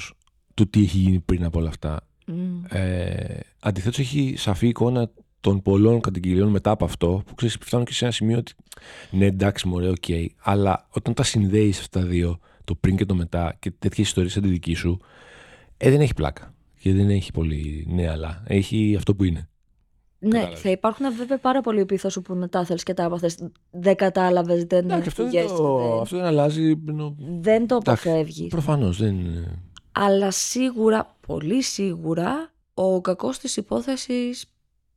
του τι έχει γίνει πριν από όλα αυτά. Μμμ. Ε, Αντιθέτως, έχει σαφή εικόνα των πολλών καταγγελιών μετά από αυτό που ξέρεις, φτάνουν και σε ένα σημείο ότι ναι, εντάξει, μωρέ, οκ. αλλά όταν τα συνδέεις αυτά τα δύο, το πριν και το μετά, και τέτοιες ιστορίες σαν τη δική σου, ε, δεν έχει πλάκα. Και δεν έχει πολύ ναι, αλλά έχει αυτό που είναι. Ναι, Κατάλαβες. θα υπάρχουν βέβαια πάρα πολλοί πείθο σου που μετά θέλεις και τα άπαθε. Δεν κατάλαβες, δεν Εντάξει, Ναι, αυτό, δεν πήγες, το, Ναι, δεν- αυτό δεν αλλάζει. Δεν το αποφεύγεις. Προφανώς δεν. ναι. είναι. Ε, Αλλά σίγουρα, πολύ σίγουρα, ο κακός της υπόθεσης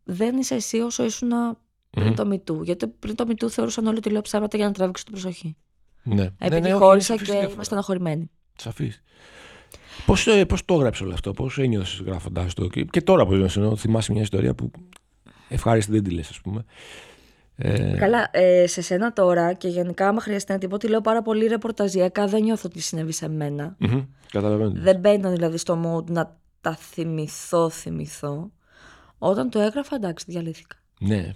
δεν είσαι εσύ όσο ήσουν πριν Μμμ. το μητού. Γιατί πριν το μητού θεωρούσαν όλοι ότι λέω ψέματα για να τραβήξω την προσοχή. Ναι. Επειδή ναι, όχι, χώρισα είναι σαφής και η διαφορά. είμαι στεναχωρημένη. Σαφής. Πώς το, πώς το έγραψες όλο αυτό, πώς ένιωσες γράφοντά το. Και, και τώρα που ένιωσε, ενώ θυμάσαι μια ιστορία που ευχάριστη δεν τη λες, ας πούμε. Ε, Καλά, ε, σε σένα τώρα και γενικά, άμα χρειαστεί να την πω, τη λέω πάρα πολύ ρεπορταζιακά. Δεν νιώθω ότι συνέβη σε μένα. μμμ, Καταλαβαίνω. Δεν μπαίνω δηλαδή στο mode να τα θυμηθώ, θυμηθώ. Όταν το έγραφα, εντάξει, διαλύθηκα. Ναι.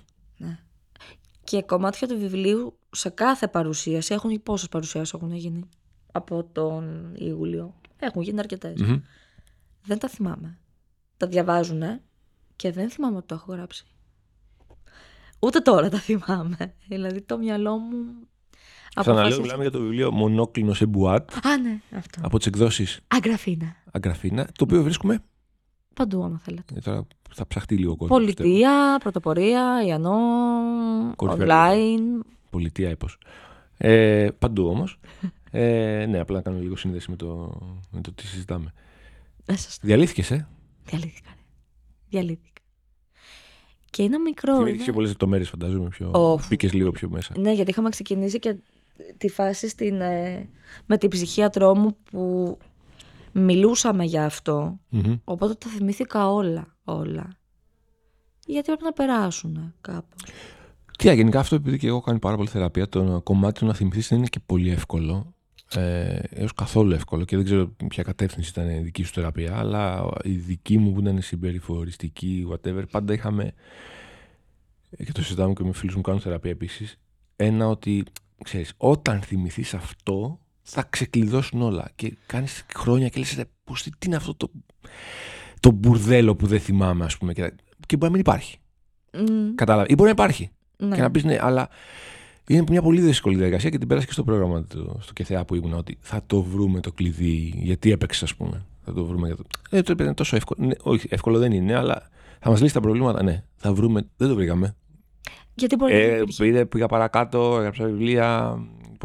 Και κομμάτια του βιβλίου σε κάθε παρουσίαση έχουν. Πόσες παρουσιάσεις έχουν γίνει από τον Ιούλιο. Έχουν γίνει αρκετές. μμμ. Δεν τα θυμάμαι. Τα διαβάζουν ε, και δεν θυμάμαι ότι το έχω γράψει. Ούτε τώρα τα θυμάμαι. Δηλαδή το μυαλό μου. Ξαναλέω, αποφάσισε- μιλάμε για το βιβλίο Μονόκλινο σε Μπουάτ Α, ναι, αυτό. από τις εκδόσεις Αγκραφίνα. Αγκραφίνα, το οποίο βρίσκουμε. Παντού, άμα θέλετε. ε, Τώρα θα ψαχτεί λίγο ο κόσμος. Πολιτεία, πρωτοπορία, Ιανό, Κορυφαία. online. Πολιτεία έπως. Ε, παντού όμως. Ε, ναι, απλά να κάνω λίγο σύνδεση με το, με το τι συζητάμε. Δεν σας Διαλύθηκες, ε. Διαλύθηκα. ρε. Διαλύθηκα. Και ένα μικρό. Θυμήθηκε είναι- και πολλές λεπτομέρειες, φαντάζομαι. Πιο... Ω. Μπήκες λίγο πιο μέσα. Ναι, γιατί είχαμε ξεκινήσει και τη φάση στην, ε, με την ψυχίατρό μου που μιλούσαμε για αυτό. Μμμ. Οπότε τα θυμήθηκα όλα, όλα. Γιατί πρέπει να περάσουν κάπως. Τι, α, γενικά αυτό επειδή και εγώ κάνω πάρα πολύ θεραπεία, το κομμάτι του να θυμηθείς δεν είναι και πολύ εύκολο. Ε, έως καθόλου εύκολο και δεν ξέρω ποια κατεύθυνση ήταν η δική σου θεραπεία, αλλά η δική μου που ήταν συμπεριφοριστική, whatever, πάντα είχαμε. ε, Και το συζητάμε και με φίλους μου που κάνουν θεραπεία επίσης. Ένα ότι ξέρεις, όταν θυμηθείς αυτό, θα ξεκλειδώσουν όλα. Και κάνεις χρόνια και λες, πώς τι τι είναι αυτό το, το μπουρδέλο που δεν θυμάμαι, ας πούμε. Και, και μπορεί να μην υπάρχει. Μμ, Κατάλαβες. Ή μπορεί να υπάρχει. ναι. Και να πεις ναι, αλλά είναι μια πολύ δύσκολη διαδικασία και την πέρασε και στο πρόγραμμα του, στο ΚΕΘΕΑ που ήμουν. Ότι θα το βρούμε το κλειδί. Γιατί έπαιξε, ας πούμε. Θα το βρούμε. Για το... Ε, το είναι τόσο εύκολο. Ναι, όχι, εύκολο δεν είναι, αλλά θα μας λύσει τα προβλήματα. Ναι, θα βρούμε. Δεν το βρήκαμε. Γιατί μπορεί να Ε, υπήρχε. πήγα, πήγα παρακάτω, έγραψα βιβλία,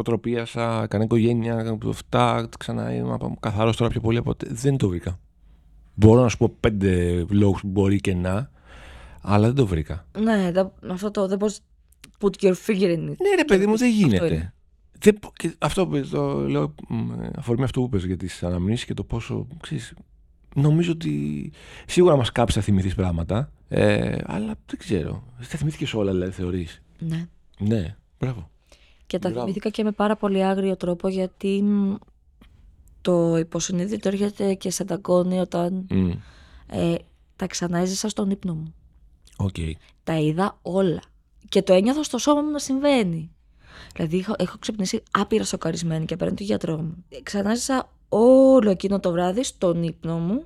υποτροπίασα, έκανα οικογένεια, αυτά, ξανά είμαι καθαρός τώρα πιο πολύ από τότε. Δεν το βρήκα. Μπορώ να σου πω πέντε λόγους που μπορεί και να, αλλά δεν το βρήκα. Ναι, τα- αυτό το δεν μπορείς. Put your finger in it. Ναι, ρε παιδί μου, δεν γίνεται. είναι. Δεν μπο- και αυτό που το λέω, μ, ε, αφορμή αυτό που είπες για τις αναμνήσεις και το πόσο, ξέρεις, νομίζω ότι σίγουρα μας κάψει να θυμηθείς πράγματα, ε, αλλά δεν ξέρω. Δεν τα θυμήθηκες όλα, δηλαδή, θεωρείς. Ναι. Ναι, μπράβο. Και τα Μπράβο. θυμήθηκα και με πάρα πολύ άγριο τρόπο γιατί μ, το υποσυνείδητο έρχεται και σε ανταγώνει όταν Μμ, ε, τα ξαναέζησα στον ύπνο μου. Οκ. Τα είδα όλα. Και το ένιωθα στο σώμα μου να συμβαίνει. Δηλαδή είχα- έχω ξυπνήσει άπειρα σοκαρισμένη και παίρνω τον γιατρό μου. Ε, Ξανάζησα όλο εκείνο το βράδυ στον ύπνο μου.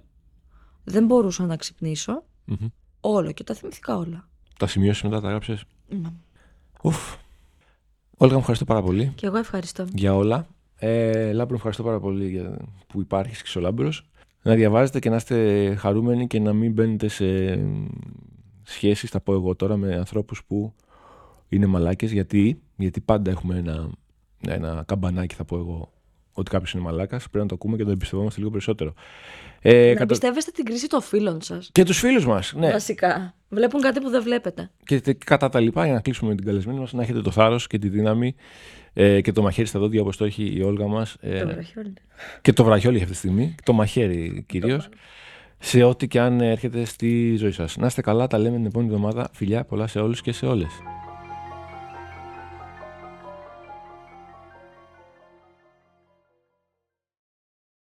Δεν μπορούσα να ξυπνήσω. Μμμ. Όλο και τα θυμηθήκα όλα. Τα σημειώσεις μετά, τα γράψες. Ναι. Ουφ. Όλγα, μου ευχαριστώ πάρα πολύ Και εγώ ευχαριστώ. για όλα. Ε, Λάμπρο, ευχαριστώ πάρα πολύ για... που υπάρχεις και ο Λάμπρος. Να διαβάζετε και να είστε χαρούμενοι και να μην μπαίνετε σε σχέσεις, θα πω εγώ τώρα, με ανθρώπους που είναι μαλάκες. Γιατί, γιατί πάντα έχουμε ένα, ένα καμπανάκι, θα πω εγώ, ότι κάποιος είναι μαλάκας. Πρέπει να το ακούμε και να το εμπιστευόμαστε λίγο περισσότερο. Ε, να κατα- πιστεύεστε την κρίση των φίλων σας. Και τους φίλους μας, ναι. Βασικά. Βλέπουν κάτι που δεν βλέπετε. Και τε- κατά τα λοιπά, για να κλείσουμε με την καλεσμένη μας, να έχετε το θάρρος και τη δύναμη ε, και το μαχαίρι στα δόντια όπως το έχει η Όλγα μας. ε, Το βραχιόλι. και το βραχιόλι αυτή τη στιγμή, το μαχαίρι κυρίως, σε ό,τι και αν έρχεται στη ζωή σας. Να είστε καλά, τα λέμε την επόμενη εβδομάδα. Φιλιά πολλά σε όλους και σε όλες.